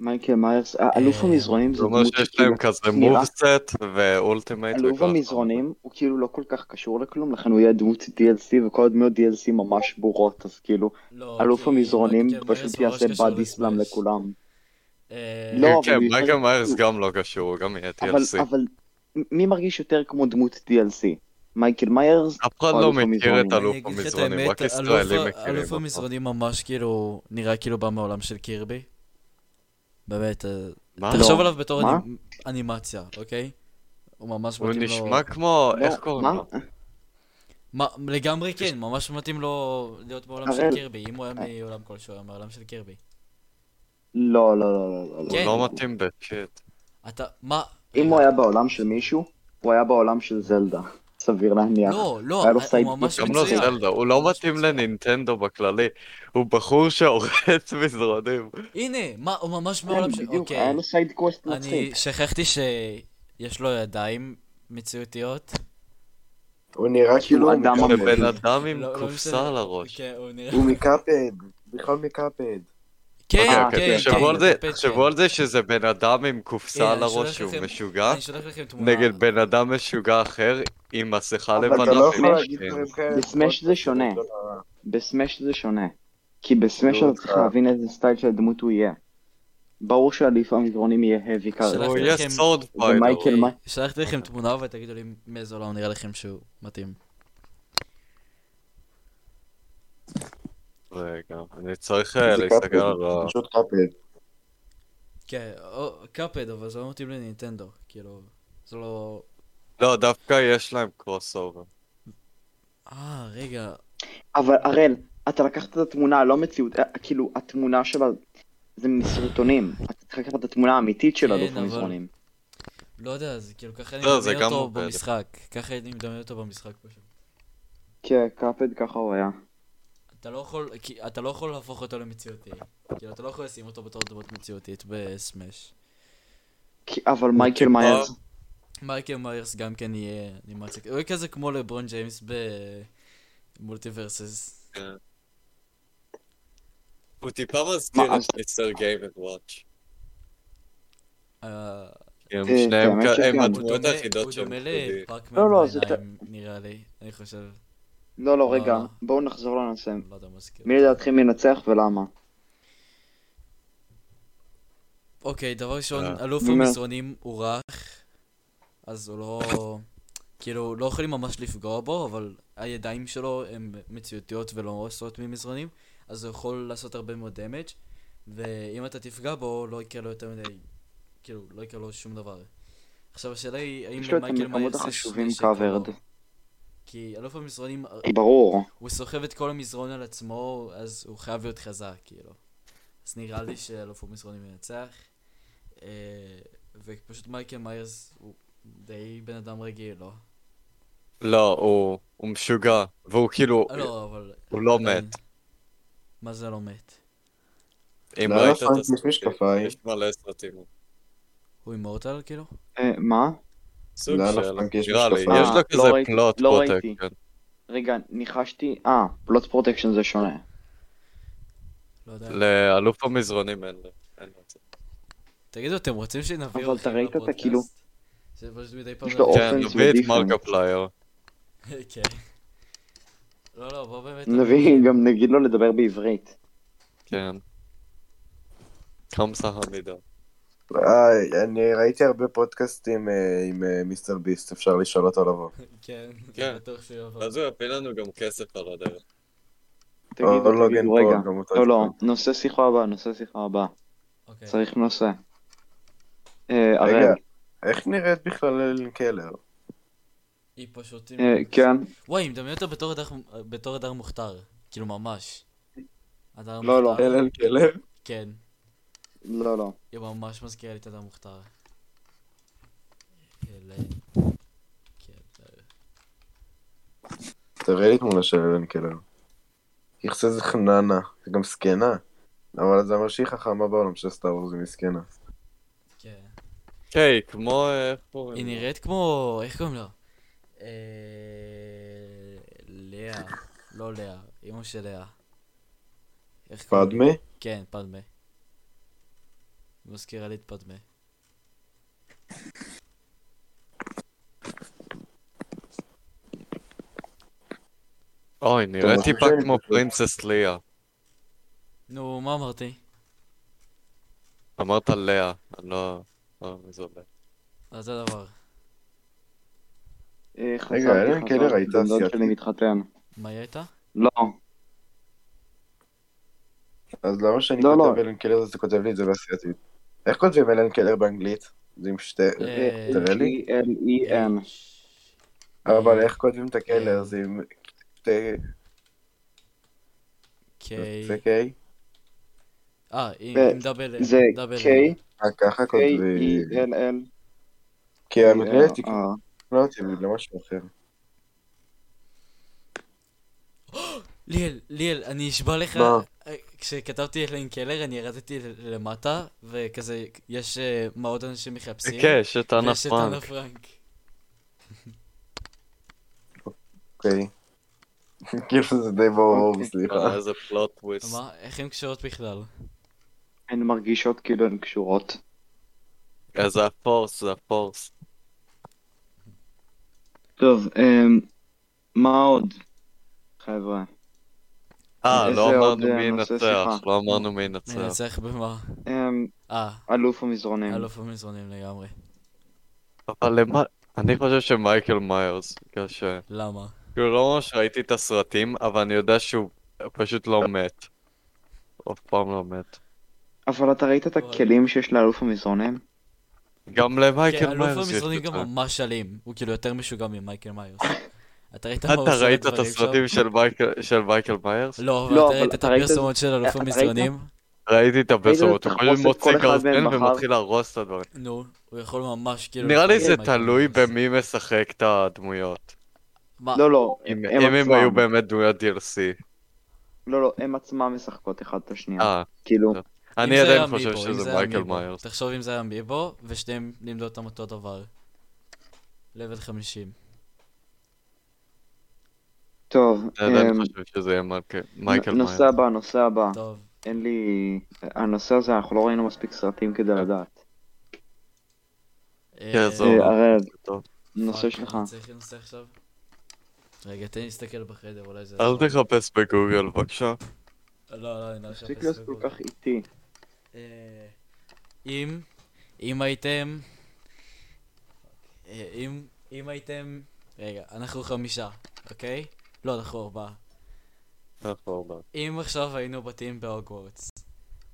Speaker 3: מייקל מיירס, אה, אלוף
Speaker 2: אה,
Speaker 3: המזרונים זה
Speaker 4: זה אומר
Speaker 3: דמות
Speaker 4: שיש
Speaker 3: שכאילו
Speaker 4: להם כזה
Speaker 3: נראה-
Speaker 4: מובסט ואולטימייט
Speaker 3: אלוף המזרונים הוא כאילו לא כל כך קשור לכלום, לכן הוא יהיה דמות DLC וכל הדמויות DLC ממש ברורות, אז כאילו,
Speaker 2: לא,
Speaker 3: אלוף
Speaker 2: כי
Speaker 3: המזרונים
Speaker 2: מייקל מיירס ממש
Speaker 3: פשוט יעשה
Speaker 2: קשור
Speaker 3: בדי סלאם
Speaker 2: לסמאש.
Speaker 3: לכולם.
Speaker 2: אה,
Speaker 3: לא, אבל
Speaker 4: כן,
Speaker 3: הוא
Speaker 4: מייקל
Speaker 3: יכול-
Speaker 4: מיירס
Speaker 3: הוא-
Speaker 4: גם לא קשור, הוא גם יהיה
Speaker 3: אבל,
Speaker 4: TLC.
Speaker 3: אבל מ- מי מרגיש יותר כמו דמות DLC? מייקל מיירס?
Speaker 4: אף אחד
Speaker 3: או
Speaker 4: לא
Speaker 3: אלוף
Speaker 4: מכיר
Speaker 3: המזרונים?
Speaker 4: את אלוף המזרונים, רק ישראלים
Speaker 2: אלוף ה-
Speaker 4: מכירים
Speaker 2: אלוף
Speaker 4: אותו.
Speaker 2: המזרונים ממש כאילו נראה כאילו בא מעולם של קירבי. באמת, אה,
Speaker 4: מה?
Speaker 2: תחשוב
Speaker 3: לא.
Speaker 2: עליו בתור
Speaker 3: מה?
Speaker 2: אנימ- אנימציה, אוקיי? הוא ממש
Speaker 4: הוא
Speaker 2: מתאים לו...
Speaker 4: נשמע כמו...
Speaker 3: לא,
Speaker 4: איך קוראים
Speaker 3: מה?
Speaker 4: לו?
Speaker 2: מה, לגמרי כן, ממש מתאים לו להיות בעולם של
Speaker 3: הראל.
Speaker 2: קירבי, אם הוא היה מעולם כלשהו, הוא היה מעולם של קירבי.
Speaker 3: לא, לא, לא, לא, לא, לא.
Speaker 4: הוא
Speaker 2: כן.
Speaker 4: לא מתאים בשיט.
Speaker 2: אתה, מה?
Speaker 3: אם הוא היה בעולם של מישהו, הוא היה בעולם של זלדה. סביר להניח.
Speaker 2: לא, לא,
Speaker 3: היה לו
Speaker 2: הוא
Speaker 3: סייד
Speaker 2: ממש
Speaker 4: גם לא
Speaker 2: מצוין.
Speaker 4: זלדה, הוא לא מתאים לנינטנדו בכללי. הוא בחור שהורס מזרונים.
Speaker 2: הנה, מה, הוא ממש
Speaker 3: כן,
Speaker 2: מעולם של...
Speaker 3: בדיוק,
Speaker 2: אוקיי.
Speaker 3: היה לו סייד קווסט
Speaker 2: אני
Speaker 3: מצחיק.
Speaker 2: שכחתי שיש לו ידיים מציאותיות.
Speaker 1: הוא נראה כאילו...
Speaker 3: אדם
Speaker 1: הוא
Speaker 3: אמין.
Speaker 1: מקפד.
Speaker 4: ובן אדם עם
Speaker 2: לא- לא
Speaker 4: קופסה
Speaker 2: משנה.
Speaker 4: על הראש.
Speaker 2: כן, הוא נראה...
Speaker 1: הוא מקפד. בכלל מקפד.
Speaker 2: כן,
Speaker 1: אה,
Speaker 2: כן,
Speaker 4: אוקיי, אוקיי,
Speaker 2: כן.
Speaker 4: תחשבו על זה-
Speaker 2: פטפט, כן.
Speaker 4: תחשבו על זה שזה בן אדם עם קופסה
Speaker 2: הנה,
Speaker 4: על
Speaker 2: אני שולח
Speaker 4: הראש שהוא
Speaker 2: לכם-
Speaker 4: משוגע,
Speaker 2: אני שולח לכם תמונה.
Speaker 4: נגד בן אדם משוגע אחר עם מסכה
Speaker 1: אבל
Speaker 4: לבנה. כן.
Speaker 1: אתה לא יכול
Speaker 4: ועם
Speaker 1: להגיד
Speaker 4: שתיים.
Speaker 1: דברים כאלה.
Speaker 3: בסמש זה שונה.
Speaker 1: נכון.
Speaker 3: בסמש זה שונה. כי בסמש
Speaker 1: לא,
Speaker 3: אתה צריך
Speaker 1: אה.
Speaker 3: להבין איזה סטייל של דמות הוא יהיה. ברור שעדיף המזרונים יהיה האבי
Speaker 2: שלחתי
Speaker 3: קארט.
Speaker 4: הוא יהיה
Speaker 2: לכם-
Speaker 4: סורד
Speaker 3: ומייקל-
Speaker 4: פיידר.
Speaker 2: אוקיי,
Speaker 3: מה?
Speaker 2: שלחתי לכם תמונה ותגידו לי מאיזה עולם נראה לכם שהוא מתאים.
Speaker 4: רגע, אני צריך אה, להסתכל על ה...
Speaker 1: פשוט קפד.
Speaker 2: כן, קאפד, אבל זה לא מתאים לנינטנדו, כאילו, זה לא...
Speaker 4: לא, דווקא יש להם קרוס אובר.
Speaker 2: אה, רגע,
Speaker 3: אבל הראל, אתה לקחת את התמונה הלא מציאות, אה, כאילו התמונה שלה זה מסרטונים. אתה צריך לקחת את התמונה האמיתית של
Speaker 2: כן,
Speaker 3: אלוף
Speaker 2: אבל-
Speaker 3: המזרונים.
Speaker 2: לא יודע, זה כאילו, ככה אני
Speaker 4: לא, זה
Speaker 2: מדמיין
Speaker 4: גם
Speaker 2: אותו
Speaker 4: עובד.
Speaker 2: במשחק. ככה אני מדמיין אותו במשחק פשוט.
Speaker 3: כן, קאפד ככה הוא היה.
Speaker 2: אתה לא יכול, כי אתה לא יכול להפוך אותו למציאותי. כאילו, אתה לא יכול לשים אותו בתור דמות מציאותית בסמאש.
Speaker 3: כי- אבל מייקל מיירס,
Speaker 2: מייקל מיירס גם כן יהיה אנימציה. הוא יהיה כזה כמו לברון ג'יימס במולטיברסס.
Speaker 4: הוא טיפה מזכיר
Speaker 3: מה, אז-
Speaker 4: את מיסטר גיים אנד וואץ'.
Speaker 2: אה,
Speaker 4: הם
Speaker 3: אה,
Speaker 4: שניהם
Speaker 1: כן,
Speaker 3: האמת
Speaker 4: כ-
Speaker 3: שכן.
Speaker 4: הם
Speaker 2: הוא
Speaker 4: הדמויות
Speaker 2: דומה-
Speaker 4: היחידות
Speaker 2: הוא
Speaker 4: שהם
Speaker 2: דומה
Speaker 4: יודעים.
Speaker 2: לפאקמן
Speaker 3: לא, לא, זה
Speaker 2: בעיניים, נראה לי, אני חושב.
Speaker 3: לא לא רגע,
Speaker 2: אה.
Speaker 3: בואו נחזור לנושא.
Speaker 2: לא יודע מה זה כאילו.
Speaker 3: מי לדעתכם ינצח ולמה?
Speaker 2: אוקיי, דבר ראשון,
Speaker 4: אה.
Speaker 2: אלוף
Speaker 3: נו, מה?
Speaker 2: המסרונים הוא רך, אז הוא לא... כאילו, לא יכולים ממש לפגוע בו, אבל הידיים שלו הן מציאותיות ולא עושות ממזרונים, אז הוא יכול לעשות הרבה מאוד דמג' ואם אתה תפגע בו, לא יקרה לו יותר מדי, כאילו, לא יקרה לו שום דבר. עכשיו השאלה היא, האם
Speaker 3: יש לו את
Speaker 2: למייקל
Speaker 3: המקומות
Speaker 2: מיירס יש
Speaker 3: החשובים
Speaker 2: נשק או לא?
Speaker 3: covered.
Speaker 2: כי אלוף אה, המזרונים,
Speaker 3: ברור.
Speaker 2: הוא סוחב את כל המזרון על עצמו, אז הוא חייב להיות חזק, כאילו. אז נראה לי שאלוף המזרונים ינצח. אה, ופשוט מייקל מיירס הוא די בן אדם רגיל, לא?
Speaker 4: לא, הוא הוא משוגע, והוא כאילו,
Speaker 2: אה, לא, אבל...
Speaker 4: הוא לא
Speaker 2: עדיין.
Speaker 4: מת.
Speaker 2: מה זה לא מת?
Speaker 4: אם
Speaker 1: לא,
Speaker 4: ראית
Speaker 1: לא,
Speaker 4: את
Speaker 1: יש משקפיים.
Speaker 4: הסרטים, יש מלא סרטים.
Speaker 2: הוא אימורטל, כאילו?
Speaker 3: אה, מה?
Speaker 4: סוג
Speaker 1: לא, לא,
Speaker 4: של,
Speaker 1: פרנק, יש
Speaker 4: נראה לי,
Speaker 1: משקפיים.
Speaker 4: יש לו
Speaker 3: אה, לא
Speaker 4: כזה
Speaker 3: ראיתי,
Speaker 4: פלוט כן.
Speaker 3: לא ראיתי.
Speaker 4: פרוטקשן.
Speaker 3: רגע, ניחשתי, אה, פלוט פרוטקשן זה שונה.
Speaker 2: לא יודע.
Speaker 4: לאלוף המזרונים אין לו- אין לו את זה.
Speaker 2: תגידו, אתם רוצים שנביא
Speaker 3: אבל אתה ראית את הכאילו-
Speaker 2: זה פשוט מדי פעם...
Speaker 3: יש לו
Speaker 2: נביא-
Speaker 4: כן,
Speaker 3: Offense
Speaker 4: נביא
Speaker 3: ו-Defense.
Speaker 4: את מרקפלייר.
Speaker 2: כן. לא, לא, בוא באמת...
Speaker 3: נביא, גם נגיד לו לדבר בעברית.
Speaker 4: כן. חמסה חמידה.
Speaker 1: אה, אני ראיתי הרבה פודקאסטים אה, עם אה, מיסטר ביסט, אפשר לשאול אותו לבוא.
Speaker 2: כן,
Speaker 4: כן.
Speaker 2: בטוח שהוא יבוא.
Speaker 4: אז הוא יפיל לנו גם כסף על הדרך.
Speaker 3: תגידו,
Speaker 1: או לוגן
Speaker 3: תגידו,
Speaker 1: פול,
Speaker 3: רגע.
Speaker 1: גם אותו
Speaker 3: לא, לא,
Speaker 1: הזכרתי.
Speaker 3: נושא שיחה הבא, נושא שיחה הבא.
Speaker 4: כן.
Speaker 2: אוקיי.
Speaker 3: צריך נושא. אה,
Speaker 1: רגע,
Speaker 3: הראל,
Speaker 1: איך נראית בכלל אלן קלר?
Speaker 2: היא פשוט... עם-
Speaker 3: אה, כן,
Speaker 2: וואי, היא מדמיינת אותו בתור הדר, בתור הדר מוכתר. כאילו, ממש. הדר
Speaker 3: לא, לא.
Speaker 2: מוכתר.
Speaker 1: אלן קלר?
Speaker 2: כן,
Speaker 3: לא, לא.
Speaker 2: היא ממש מזכירה לי את הדר מוכתר. אלה- כן, אה,
Speaker 1: תראה לי תמונה של אלן קלר. כאילו. היא חושבת שזה חננה, היא גם זקנה. אבל זה אומר שהיא חכמה בעולם של סטאר וורז היא מסכנה.
Speaker 2: כן.
Speaker 4: היי, כמו איך קוראים?
Speaker 2: היא
Speaker 4: לו?
Speaker 2: נראית כמו... איך קוראים לה? אה... לאה. לא לאה, אמא של לאה. איך קוראים לה?
Speaker 1: פדמה?
Speaker 2: כן, פדמה. מזכירה לי את פדמה.
Speaker 4: אוי, נראית
Speaker 1: טוב,
Speaker 4: טיפה
Speaker 1: כן.
Speaker 4: כמו פרינסס ליה.
Speaker 2: נו, מה אמרתי?
Speaker 4: אמרת לאה, אני לא... לא מזוהה.
Speaker 2: אז זה הדבר.
Speaker 3: אה, חזרתי,
Speaker 1: אלן
Speaker 3: חזרתי,
Speaker 1: קלר הייתה
Speaker 3: בן דוד
Speaker 1: אסיאתית?
Speaker 3: שלי מתחתן.
Speaker 2: מה היא הייתה?
Speaker 3: לא,
Speaker 1: אז למה שאני
Speaker 3: לא,
Speaker 1: כותב
Speaker 3: לא.
Speaker 1: אלן קלר אז אתה כותב לי את זה באסייתית? איך כותבים אלן קלר באנגלית? זה עם שתי...
Speaker 2: אה,
Speaker 1: תראה לי.
Speaker 3: E-L-E-N.
Speaker 1: אבל איך כותבים את הקלר? זה עם... שתי-
Speaker 2: קיי.
Speaker 1: זה אה, קיי?
Speaker 2: אה, עם
Speaker 3: זה-
Speaker 2: עם דאבל
Speaker 4: כן,
Speaker 2: אל.
Speaker 3: זה
Speaker 2: דאבל אל.
Speaker 1: אה,
Speaker 3: E
Speaker 1: ככה כותבים.
Speaker 3: K-E-L-L.
Speaker 1: כי המקלדת תקרא
Speaker 3: E אה,
Speaker 1: אותי למשהו אחר.
Speaker 2: ליאל, ליאל, אני אשבע לך,
Speaker 1: מה?
Speaker 2: אה, כשכתבתי את לינק קלר, אני ירדתי ל- למטה, וכזה, יש אה, מה עוד אנשים מחפשים.
Speaker 4: כן, יש את אנה
Speaker 2: ויש את אנה
Speaker 4: פרנק.
Speaker 2: פרנק.
Speaker 1: אוקיי. כאילו זה די ברור,
Speaker 3: אוקיי.
Speaker 1: סליחה.
Speaker 4: אה, איזה פלוט טוויסט.
Speaker 2: מה? איך הן קשורות בכלל?
Speaker 3: הן מרגישות כאילו הן קשורות.
Speaker 4: אה, זה הפורס, זה הפורס.
Speaker 3: טוב, אמ, מה עוד? חבר'ה.
Speaker 4: אה,
Speaker 3: איזה
Speaker 4: לא
Speaker 3: עוד,
Speaker 4: אמרנו
Speaker 3: אה,
Speaker 4: מי
Speaker 3: נושא
Speaker 4: ינצח,
Speaker 3: שיחה?
Speaker 4: לא אמרנו מי ינצח.
Speaker 2: ננצח במה?
Speaker 3: אמ,
Speaker 2: אה,
Speaker 3: אלוף המזרונים.
Speaker 2: אלוף המזרונים לגמרי.
Speaker 4: אבל למה... אני חושב שמייקל מיירס, בגלל ש...
Speaker 2: למה?
Speaker 4: כאילו לא ממש ראיתי את
Speaker 2: אה.
Speaker 4: הסרטים, אבל אני יודע שהוא פשוט לא מת. הוא אף פעם לא מת.
Speaker 3: אבל אתה ראית את
Speaker 2: אוי.
Speaker 3: הכלים שיש לאלוף המזרונים?
Speaker 4: גם למייקל
Speaker 2: כן, אלוף
Speaker 4: מיירס יש
Speaker 2: המזרונים
Speaker 4: את
Speaker 2: גם
Speaker 4: זה.
Speaker 2: ממש אלים. הוא כאילו יותר משוגע ממייקל מיירס. אתה ראית מה הוא
Speaker 4: אתה
Speaker 2: עושה
Speaker 4: ראית את
Speaker 2: לדברים
Speaker 4: הסרטים של מייקל- של מייקל מיירס?
Speaker 2: שם? לא,
Speaker 3: לא,
Speaker 2: אבל אתה
Speaker 3: אבל
Speaker 2: ראית את
Speaker 3: אתה ראית-
Speaker 2: הפרסומות של אלוף
Speaker 3: אתה ראית?
Speaker 2: המזרונים?
Speaker 4: ראיתי את הפרסומות, הוא
Speaker 3: תחרוס
Speaker 4: פשוט
Speaker 3: את
Speaker 4: מוציא
Speaker 3: כל אחד
Speaker 4: גרזן
Speaker 3: מהם מחר.
Speaker 4: ומתחיל להרוס את הדברים.
Speaker 2: נו, הוא יכול ממש כאילו...
Speaker 4: נראה לי
Speaker 2: לחרב
Speaker 4: זה
Speaker 2: מייקל
Speaker 4: תלוי
Speaker 2: מיירס.
Speaker 4: במי משחק את הדמויות.
Speaker 2: מה?
Speaker 3: לא, לא,
Speaker 4: אה, אם
Speaker 3: הם
Speaker 4: אם הם
Speaker 3: עצמם.
Speaker 4: היו באמת דמויות DLC.
Speaker 3: לא, לא, הם עצמם משחקות אחד את השנייה.
Speaker 4: אה,
Speaker 3: כאילו,
Speaker 4: טוב.
Speaker 2: אם
Speaker 4: אני
Speaker 2: זה היה
Speaker 4: עדיין חושב
Speaker 2: אמיבו, אם זה
Speaker 4: שזה
Speaker 2: היה
Speaker 4: מייקל
Speaker 2: אמיבו.
Speaker 4: מיירס.
Speaker 3: אמ,
Speaker 2: תחשוב אם זה היה מיבו, ושניהם לימדו אותם אותו דבר. לבל 50.
Speaker 3: טוב,
Speaker 4: אני עדיין
Speaker 3: אמ,
Speaker 4: חושב שזה יהיה מייקל- מייקל
Speaker 3: נ-
Speaker 4: מיירס.
Speaker 3: נושא הבא, נושא הבא.
Speaker 2: טוב.
Speaker 3: אין לי... הנושא הזה, אנחנו לא ראינו מספיק סרטים כדי לדעת.
Speaker 2: אה,
Speaker 4: כן, זהו.
Speaker 3: אה,
Speaker 4: טוב.
Speaker 3: אראל,
Speaker 4: טוב.
Speaker 3: נושא
Speaker 2: פאק,
Speaker 3: שלך.
Speaker 2: אני צריך לנושא עכשיו? רגע, תן לי להסתכל בחדר, אולי זה...
Speaker 4: אל תחפש בגוגל בבקשה.
Speaker 2: לא, לא, אני לא אשחק
Speaker 3: תפסיק להיות כל
Speaker 2: בגוגל.
Speaker 3: כך איטי.
Speaker 2: אה, אם, אם הייתם, אה, אם, אם הייתם, רגע, אנחנו חמישה, אוקיי? לא, אנחנו ארבעה.
Speaker 4: אנחנו עוד מעט.
Speaker 2: אם עכשיו היינו בתים בהוגוורטס,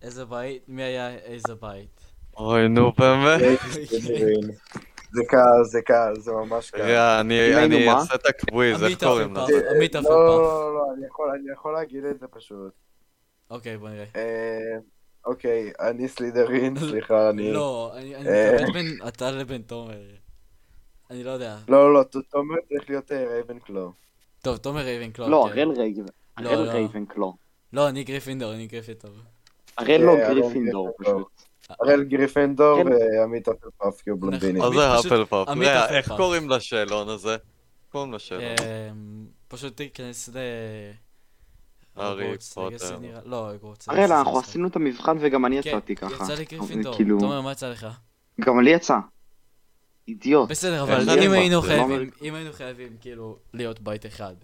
Speaker 2: איזה בית? מי היה איזה בית?
Speaker 4: אוי נו באמת.
Speaker 1: E זה קל, זה קל, זה ממש קל.
Speaker 3: אוקיי.
Speaker 4: רגע,
Speaker 3: אם
Speaker 4: אני
Speaker 3: היינו
Speaker 4: אני
Speaker 3: מה?
Speaker 4: אעשה את הקוויז, איך
Speaker 2: עמית
Speaker 4: קוראים
Speaker 2: אפלפאף,
Speaker 4: לזה?
Speaker 2: עמית
Speaker 1: לא,
Speaker 2: אפלפאף.
Speaker 1: לא, לא, אני יכול- אני יכול להגיד את זה פשוט.
Speaker 2: אוקיי, בוא נראה.
Speaker 1: אה, אוקיי, אני סלידרין, סליחה, אני...
Speaker 2: לא, אני אני
Speaker 1: אה.
Speaker 2: מתאבד בין אתה לבין תומר. אני לא יודע.
Speaker 1: לא, לא, ת- תומר צריך להיות אה, רייבנקלו.
Speaker 2: טוב, תומר רייבנקלו.
Speaker 3: לא,
Speaker 2: אוקיי.
Speaker 3: הראל רייבן-
Speaker 2: לא,
Speaker 3: הראל
Speaker 2: לא.
Speaker 3: רייבנקלו.
Speaker 2: לא, אני גריפינדור, אני גריפינדור.
Speaker 3: הראל לא
Speaker 1: אה, הראל
Speaker 3: גריפינדור
Speaker 1: גריפינדור.
Speaker 3: פשוט.
Speaker 1: הראל גריפנדור
Speaker 3: כן.
Speaker 1: ועמית אפלפאף כי הוא בלונדיני.
Speaker 4: מה
Speaker 2: עמית
Speaker 4: זה
Speaker 2: פשוט-
Speaker 4: האפלפאפ?
Speaker 2: עמית
Speaker 4: רגע,
Speaker 2: אפלפאף.
Speaker 4: איך קוראים לשאלון הזה? קוראים
Speaker 1: אה.
Speaker 4: לשאלון.
Speaker 2: אמ, פשוט תיכנס ל...
Speaker 1: אה,
Speaker 4: הארי
Speaker 2: הוגוורטס,
Speaker 4: פוטר.
Speaker 2: לגאסי נראה- לא, הוגוורטס.
Speaker 3: הראל,
Speaker 2: לגאסי
Speaker 3: אנחנו
Speaker 2: נראה.
Speaker 3: עשינו את המבחן וגם אני
Speaker 2: כן,
Speaker 3: יצאתי ככה.
Speaker 2: יצא לי גריפינדור.
Speaker 3: כאילו-
Speaker 2: תומר, מה יצא לך?
Speaker 3: גם לי יצא. אידיוט.
Speaker 2: בסדר,
Speaker 4: אין
Speaker 2: אבל
Speaker 4: לנו
Speaker 2: אם
Speaker 4: מה,
Speaker 2: היינו
Speaker 4: זה
Speaker 3: לא
Speaker 2: חייבים, אם היינו חייבים, כאילו, להיות בית אחד.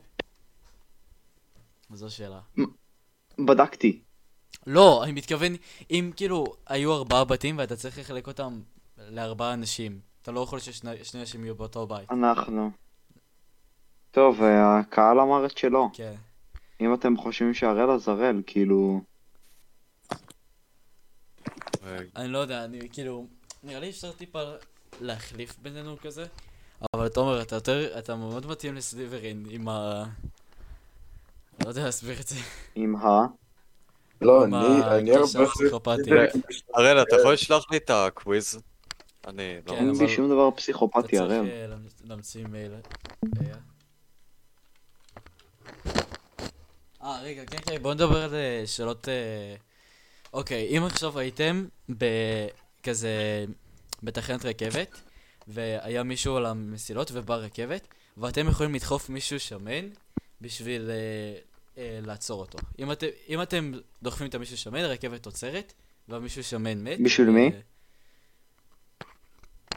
Speaker 2: זו שאלה.
Speaker 3: בדקתי.
Speaker 2: לא, אני מתכוון, אם כאילו, היו ארבעה בתים ואתה צריך לחלק אותם לארבעה אנשים. אתה לא יכול ששני שני אנשים יהיו באותו בית.
Speaker 3: אנחנו. טוב, אה, הקהל אמר את שלו.
Speaker 2: כן.
Speaker 3: אם אתם חושבים שהראל אז הראל, כאילו...
Speaker 4: רגע,
Speaker 2: אני לא יודע, אני כאילו, נראה לי אפשר טיפה להחליף בינינו כזה. אבל תומר, אתה יותר, אתה מאוד מתאים לסליברין עם ה... לא יודע להסביר את זה.
Speaker 3: עם ה...
Speaker 1: לא,
Speaker 2: עם
Speaker 1: אני אני
Speaker 2: הקשר
Speaker 1: הרבה...
Speaker 2: הפסיכופתי.
Speaker 4: הראל, אתה יכול לשלוח לי את הקוויז? אני לא...
Speaker 2: כן,
Speaker 3: אין
Speaker 2: אבל-
Speaker 3: בי שום דבר
Speaker 2: אתה
Speaker 3: פסיכופתי,
Speaker 2: צריך
Speaker 3: הראל.
Speaker 2: אה, להמצ- להמציא מייל. רגע. אה, רגע, כן, כן, בואו נדבר על אה, שאלות... אה, אוקיי, אם עכשיו הייתם בכזה... בתחנת רכבת, והיה מישהו על המסילות וברכבת, ואתם יכולים לדחוף מישהו שמן בשביל אה, אה, לעצור אותו. אם אתם, אם אתם דוחפים את המישהו שמן, הרכבת עוצרת, והמישהו שמן מת.
Speaker 3: בשביל מי?
Speaker 2: אה,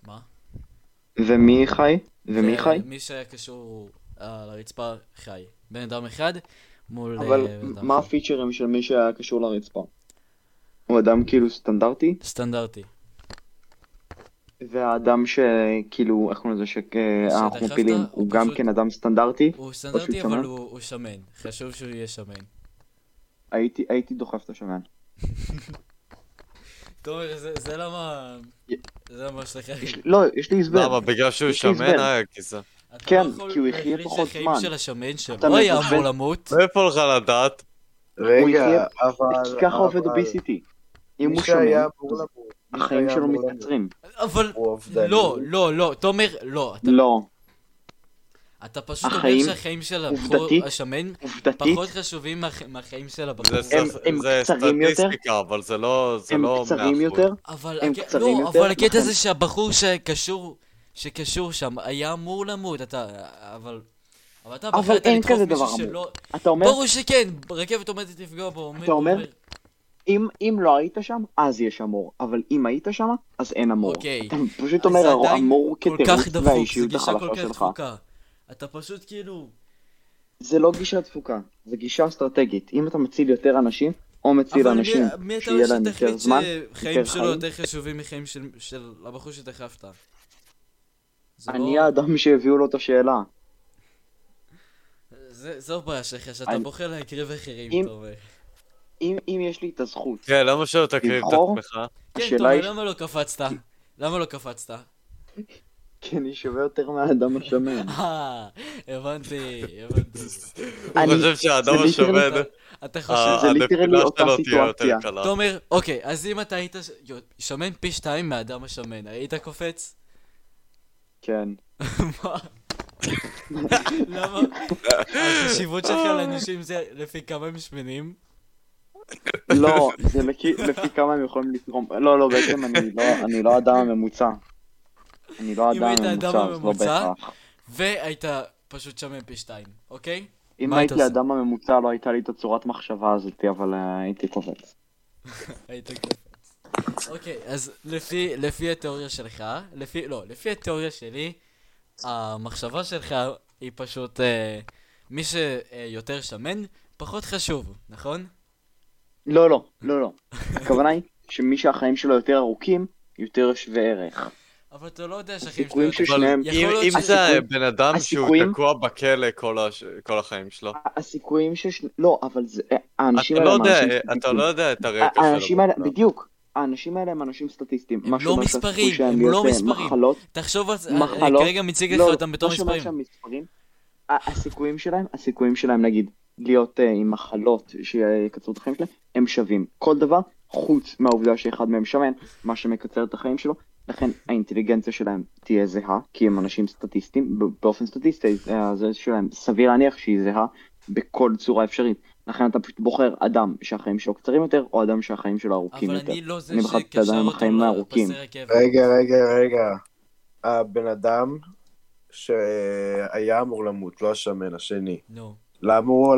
Speaker 2: מה? אה,
Speaker 3: ומי חי? ומי חי?
Speaker 2: מי שהיה קשור אה, לרצפה חי. בן אדם אחד מול... אה,
Speaker 3: אבל
Speaker 2: בן אדם
Speaker 3: מה
Speaker 2: אחר.
Speaker 3: הפיצ'רים של מי שהיה קשור לרצפה? הוא אדם כאילו סטנדרטי,
Speaker 2: סטנדרטי.
Speaker 3: והאדם שכאילו, איך קוראים לזה, שאנחנו
Speaker 2: שדחפת,
Speaker 3: מפילים,
Speaker 2: הוא
Speaker 3: הוא גם
Speaker 2: פשוט-
Speaker 3: כן אדם סטנדרטי.
Speaker 2: הוא סטנדרטי
Speaker 3: לא שמן?
Speaker 2: אבל הוא הוא שמן. חשוב שהוא יהיה שמן.
Speaker 3: הייתי הייתי דוחף את השמן.
Speaker 2: תומר, זה- זה למה...
Speaker 3: י-
Speaker 2: זה למה יש לך...
Speaker 3: יש לי- לא, יש לי הסבר.
Speaker 4: למה? בגלל שהוא
Speaker 3: יש לי
Speaker 4: שמן
Speaker 3: הסבר.
Speaker 4: היה כי זה...
Speaker 2: אתה
Speaker 3: כן,
Speaker 2: לא יכול
Speaker 3: כי הוא יחיה
Speaker 2: להחליט
Speaker 3: פחות
Speaker 2: שהחיים
Speaker 3: זמן.
Speaker 2: של השמן
Speaker 3: אתה
Speaker 2: שלא היה
Speaker 3: מבזבז-
Speaker 2: אמור למות.
Speaker 4: מאיפה לך לדעת?
Speaker 3: הוא
Speaker 1: רגע,
Speaker 3: יחיה-
Speaker 1: אבל...
Speaker 3: כי ככה עובד
Speaker 1: אבל-
Speaker 3: אוביסיטי. אם
Speaker 1: מי
Speaker 3: הוא
Speaker 1: שהיה
Speaker 3: שמן,
Speaker 1: אמור למות, מי
Speaker 3: החיים
Speaker 1: שהיה
Speaker 3: שלו
Speaker 1: אמור למות,
Speaker 3: מתקצרים.
Speaker 2: אבל...
Speaker 1: הוא אובדני.
Speaker 2: לא, לא, לא. תומר, לא. אתה-
Speaker 3: לא,
Speaker 2: אתה פשוט אומר
Speaker 3: החיים-
Speaker 2: שהחיים של הבחור
Speaker 3: עובדתית-
Speaker 2: השמן
Speaker 3: עובדתית,
Speaker 2: פחות חשובים מהח- מהחיים של הבחור.
Speaker 4: זה
Speaker 3: הם-
Speaker 4: ס-
Speaker 3: הם
Speaker 4: זה
Speaker 3: קצרים יותר?
Speaker 4: סטטיסטיקה, אבל זה לא... זה
Speaker 3: הם
Speaker 4: לא
Speaker 3: קצרים
Speaker 4: 100%.
Speaker 3: יותר,
Speaker 2: אבל,
Speaker 3: הם
Speaker 2: הק-
Speaker 3: קצרים
Speaker 2: לא,
Speaker 3: יותר, נכון.
Speaker 2: אבל הקטע
Speaker 3: לכן-
Speaker 2: זה שהבחור שקשור, שקשור שם היה אמור למות, אתה, אבל... אבל אתה
Speaker 3: אבל
Speaker 2: בחרת
Speaker 3: אין
Speaker 2: לדחוף
Speaker 3: כזה
Speaker 2: מישהו
Speaker 3: דבר אמור.
Speaker 2: שלא...
Speaker 3: אתה אומר,
Speaker 2: ברור שכן, רכבת עומדת לפגוע בו. עומד-
Speaker 3: אתה אומר? אם, אם לא היית שם, אז יש אמור, אבל אם היית שם, אז אין אמור.
Speaker 2: אוקיי.
Speaker 3: אתה פשוט
Speaker 2: אז
Speaker 3: אומר,
Speaker 2: זה
Speaker 3: "הרו-
Speaker 2: עדיין
Speaker 3: אמור
Speaker 2: כל כך
Speaker 3: כתירוץ
Speaker 2: דפוק, זו
Speaker 3: והאישיות
Speaker 2: גישה כל
Speaker 3: החלשה
Speaker 2: כך
Speaker 3: שלך.
Speaker 2: דפוקה. אתה פשוט כאילו...
Speaker 3: זה לא גישה תפוקה, זה גישה אסטרטגית. אם אתה מציל יותר אנשים, או מציל
Speaker 2: אבל מי-
Speaker 3: אנשים
Speaker 2: מי אתה
Speaker 3: שיהיה
Speaker 2: אומר
Speaker 3: להם יותר
Speaker 2: שתחליט
Speaker 3: זמן,
Speaker 2: שחיים
Speaker 3: יותר
Speaker 2: שלו
Speaker 3: חיים?
Speaker 2: יותר חשובים מחיים של- של הבחור שדחפת? זה
Speaker 3: אני
Speaker 2: לא-
Speaker 3: האדם שהביאו לו את השאלה.
Speaker 2: זה- זו הבעיה שלך, שאתה
Speaker 3: אני-
Speaker 2: בוחר להקריב אחרים,
Speaker 3: אם-
Speaker 2: אתה אומר.
Speaker 3: אם אם יש לי את הזכות,
Speaker 4: כן, למה שלא תקריב את
Speaker 3: לבחור?
Speaker 4: עצמך?
Speaker 2: כן,
Speaker 3: השאלה
Speaker 2: תומר,
Speaker 3: היא-
Speaker 2: למה לא קפצת? למה לא קפצת?
Speaker 3: כי אני שווה יותר מהאדם השמן.
Speaker 2: אה, הבנתי, הבנתי.
Speaker 4: הוא
Speaker 3: אני-
Speaker 4: חושב שהאדם
Speaker 3: זה ליטרלי-
Speaker 4: השומד,
Speaker 2: אתה חושב...
Speaker 4: ה-
Speaker 3: זה ליטרלי
Speaker 4: הנפילה
Speaker 3: אותה
Speaker 4: אה, שלו תהיה יותר
Speaker 3: סיטואציה.
Speaker 4: קלה.
Speaker 2: תומר, אוקיי, אז אם אתה היית ש- יו, שמן פי שתיים מהאדם השמן, היית קופץ?
Speaker 3: כן.
Speaker 2: מה? למה? החשיבות שלך לאנשים זה לפי כמה הם שמנים?
Speaker 3: לא, זה לפי- לפי כמה הם יכולים לתרום. לא, לא, בעצם אני לא- אני לא האדם הממוצע. אני לא
Speaker 2: אם
Speaker 3: האדם
Speaker 2: היית האדם
Speaker 3: הממוצע, אז לא
Speaker 2: הממוצע,
Speaker 3: בהכרח.
Speaker 2: והיית פשוט שמן פי שתיים, אוקיי?
Speaker 3: אם
Speaker 2: מה היית
Speaker 3: הייתי
Speaker 2: עושה?
Speaker 3: האדם הממוצע, לא הייתה לי את הצורת מחשבה הזאת, אבל אה, הייתי קופץ.
Speaker 2: היית קופץ. אוקיי, אז לפי, לפי התיאוריה שלך, לפי, לא, לפי התיאוריה שלי, המחשבה שלך היא פשוט, אה, מי שיותר שמן, פחות חשוב, נכון?
Speaker 3: לא, לא, לא, לא. הכוונה היא שמי שהחיים שלו יותר ארוכים, יותר שווה ערך.
Speaker 2: אבל אתה לא יודע שהחיים שלו
Speaker 3: הסיכויים
Speaker 2: יותר...
Speaker 3: של שניהם,
Speaker 2: יכול
Speaker 4: אם
Speaker 2: להיות
Speaker 4: אם
Speaker 2: ש-
Speaker 4: זה
Speaker 3: הסיכויים-
Speaker 4: בן אדם שהוא
Speaker 3: הסיכויים-
Speaker 4: תקוע בכלא כל הש- כל החיים שלו,
Speaker 3: הסיכויים של שני... לא, אבל זה... האנשים
Speaker 4: אתה לא
Speaker 3: האלה הם
Speaker 4: יודע,
Speaker 3: אנשים
Speaker 4: אתה
Speaker 3: סטטיסטיים. אה,
Speaker 4: לא יודע את הרקע שלו.
Speaker 3: האנשים האלה,
Speaker 4: בכלל.
Speaker 3: בדיוק. האנשים האלה הם אנשים סטטיסטיים.
Speaker 2: הם
Speaker 3: מה
Speaker 2: לא
Speaker 3: שאומר שהסיכוי
Speaker 2: מספרים,
Speaker 3: שלהם
Speaker 2: הם
Speaker 3: להיות,
Speaker 2: לא
Speaker 3: אה,
Speaker 2: מספרים.
Speaker 3: מחלות
Speaker 2: תחשוב על זה,
Speaker 3: מחלות-
Speaker 2: אני כרגע מציג לך
Speaker 3: לא,
Speaker 2: אותם בתור
Speaker 3: מה שאומר
Speaker 2: מספרים.
Speaker 3: שהמספרים, ה- הסיכויים שלהם, הסיכויים שלהם נגיד להיות אה, עם מחלות שיקצרו את החיים שלהם, הם שווים. כל דבר, חוץ מהעובדה שאחד מהם שמן, מה שמקצר את החיים שלו, לכן האינטליגנציה שלהם תהיה זהה, כי הם אנשים סטטיסטיים, ב- באופן סטטיסטי, אה, זה שלהם סביר להניח שהיא זהה בכל צורה אפשרית. לכן אתה פשוט בוחר אדם שהחיים שלו קצרים יותר, או אדם שהחיים שלו ארוכים
Speaker 2: אבל
Speaker 3: יותר.
Speaker 2: אני לא זה
Speaker 3: אני בחרתי את האדם
Speaker 2: שקשר
Speaker 3: עם
Speaker 2: אותו
Speaker 3: החיים הארוכים.
Speaker 2: לפסי רכבת.
Speaker 1: רגע, רגע, רגע. הבן אדם שהיה אמור למות, לא השמן, השני.
Speaker 2: נו,
Speaker 1: למה הוא,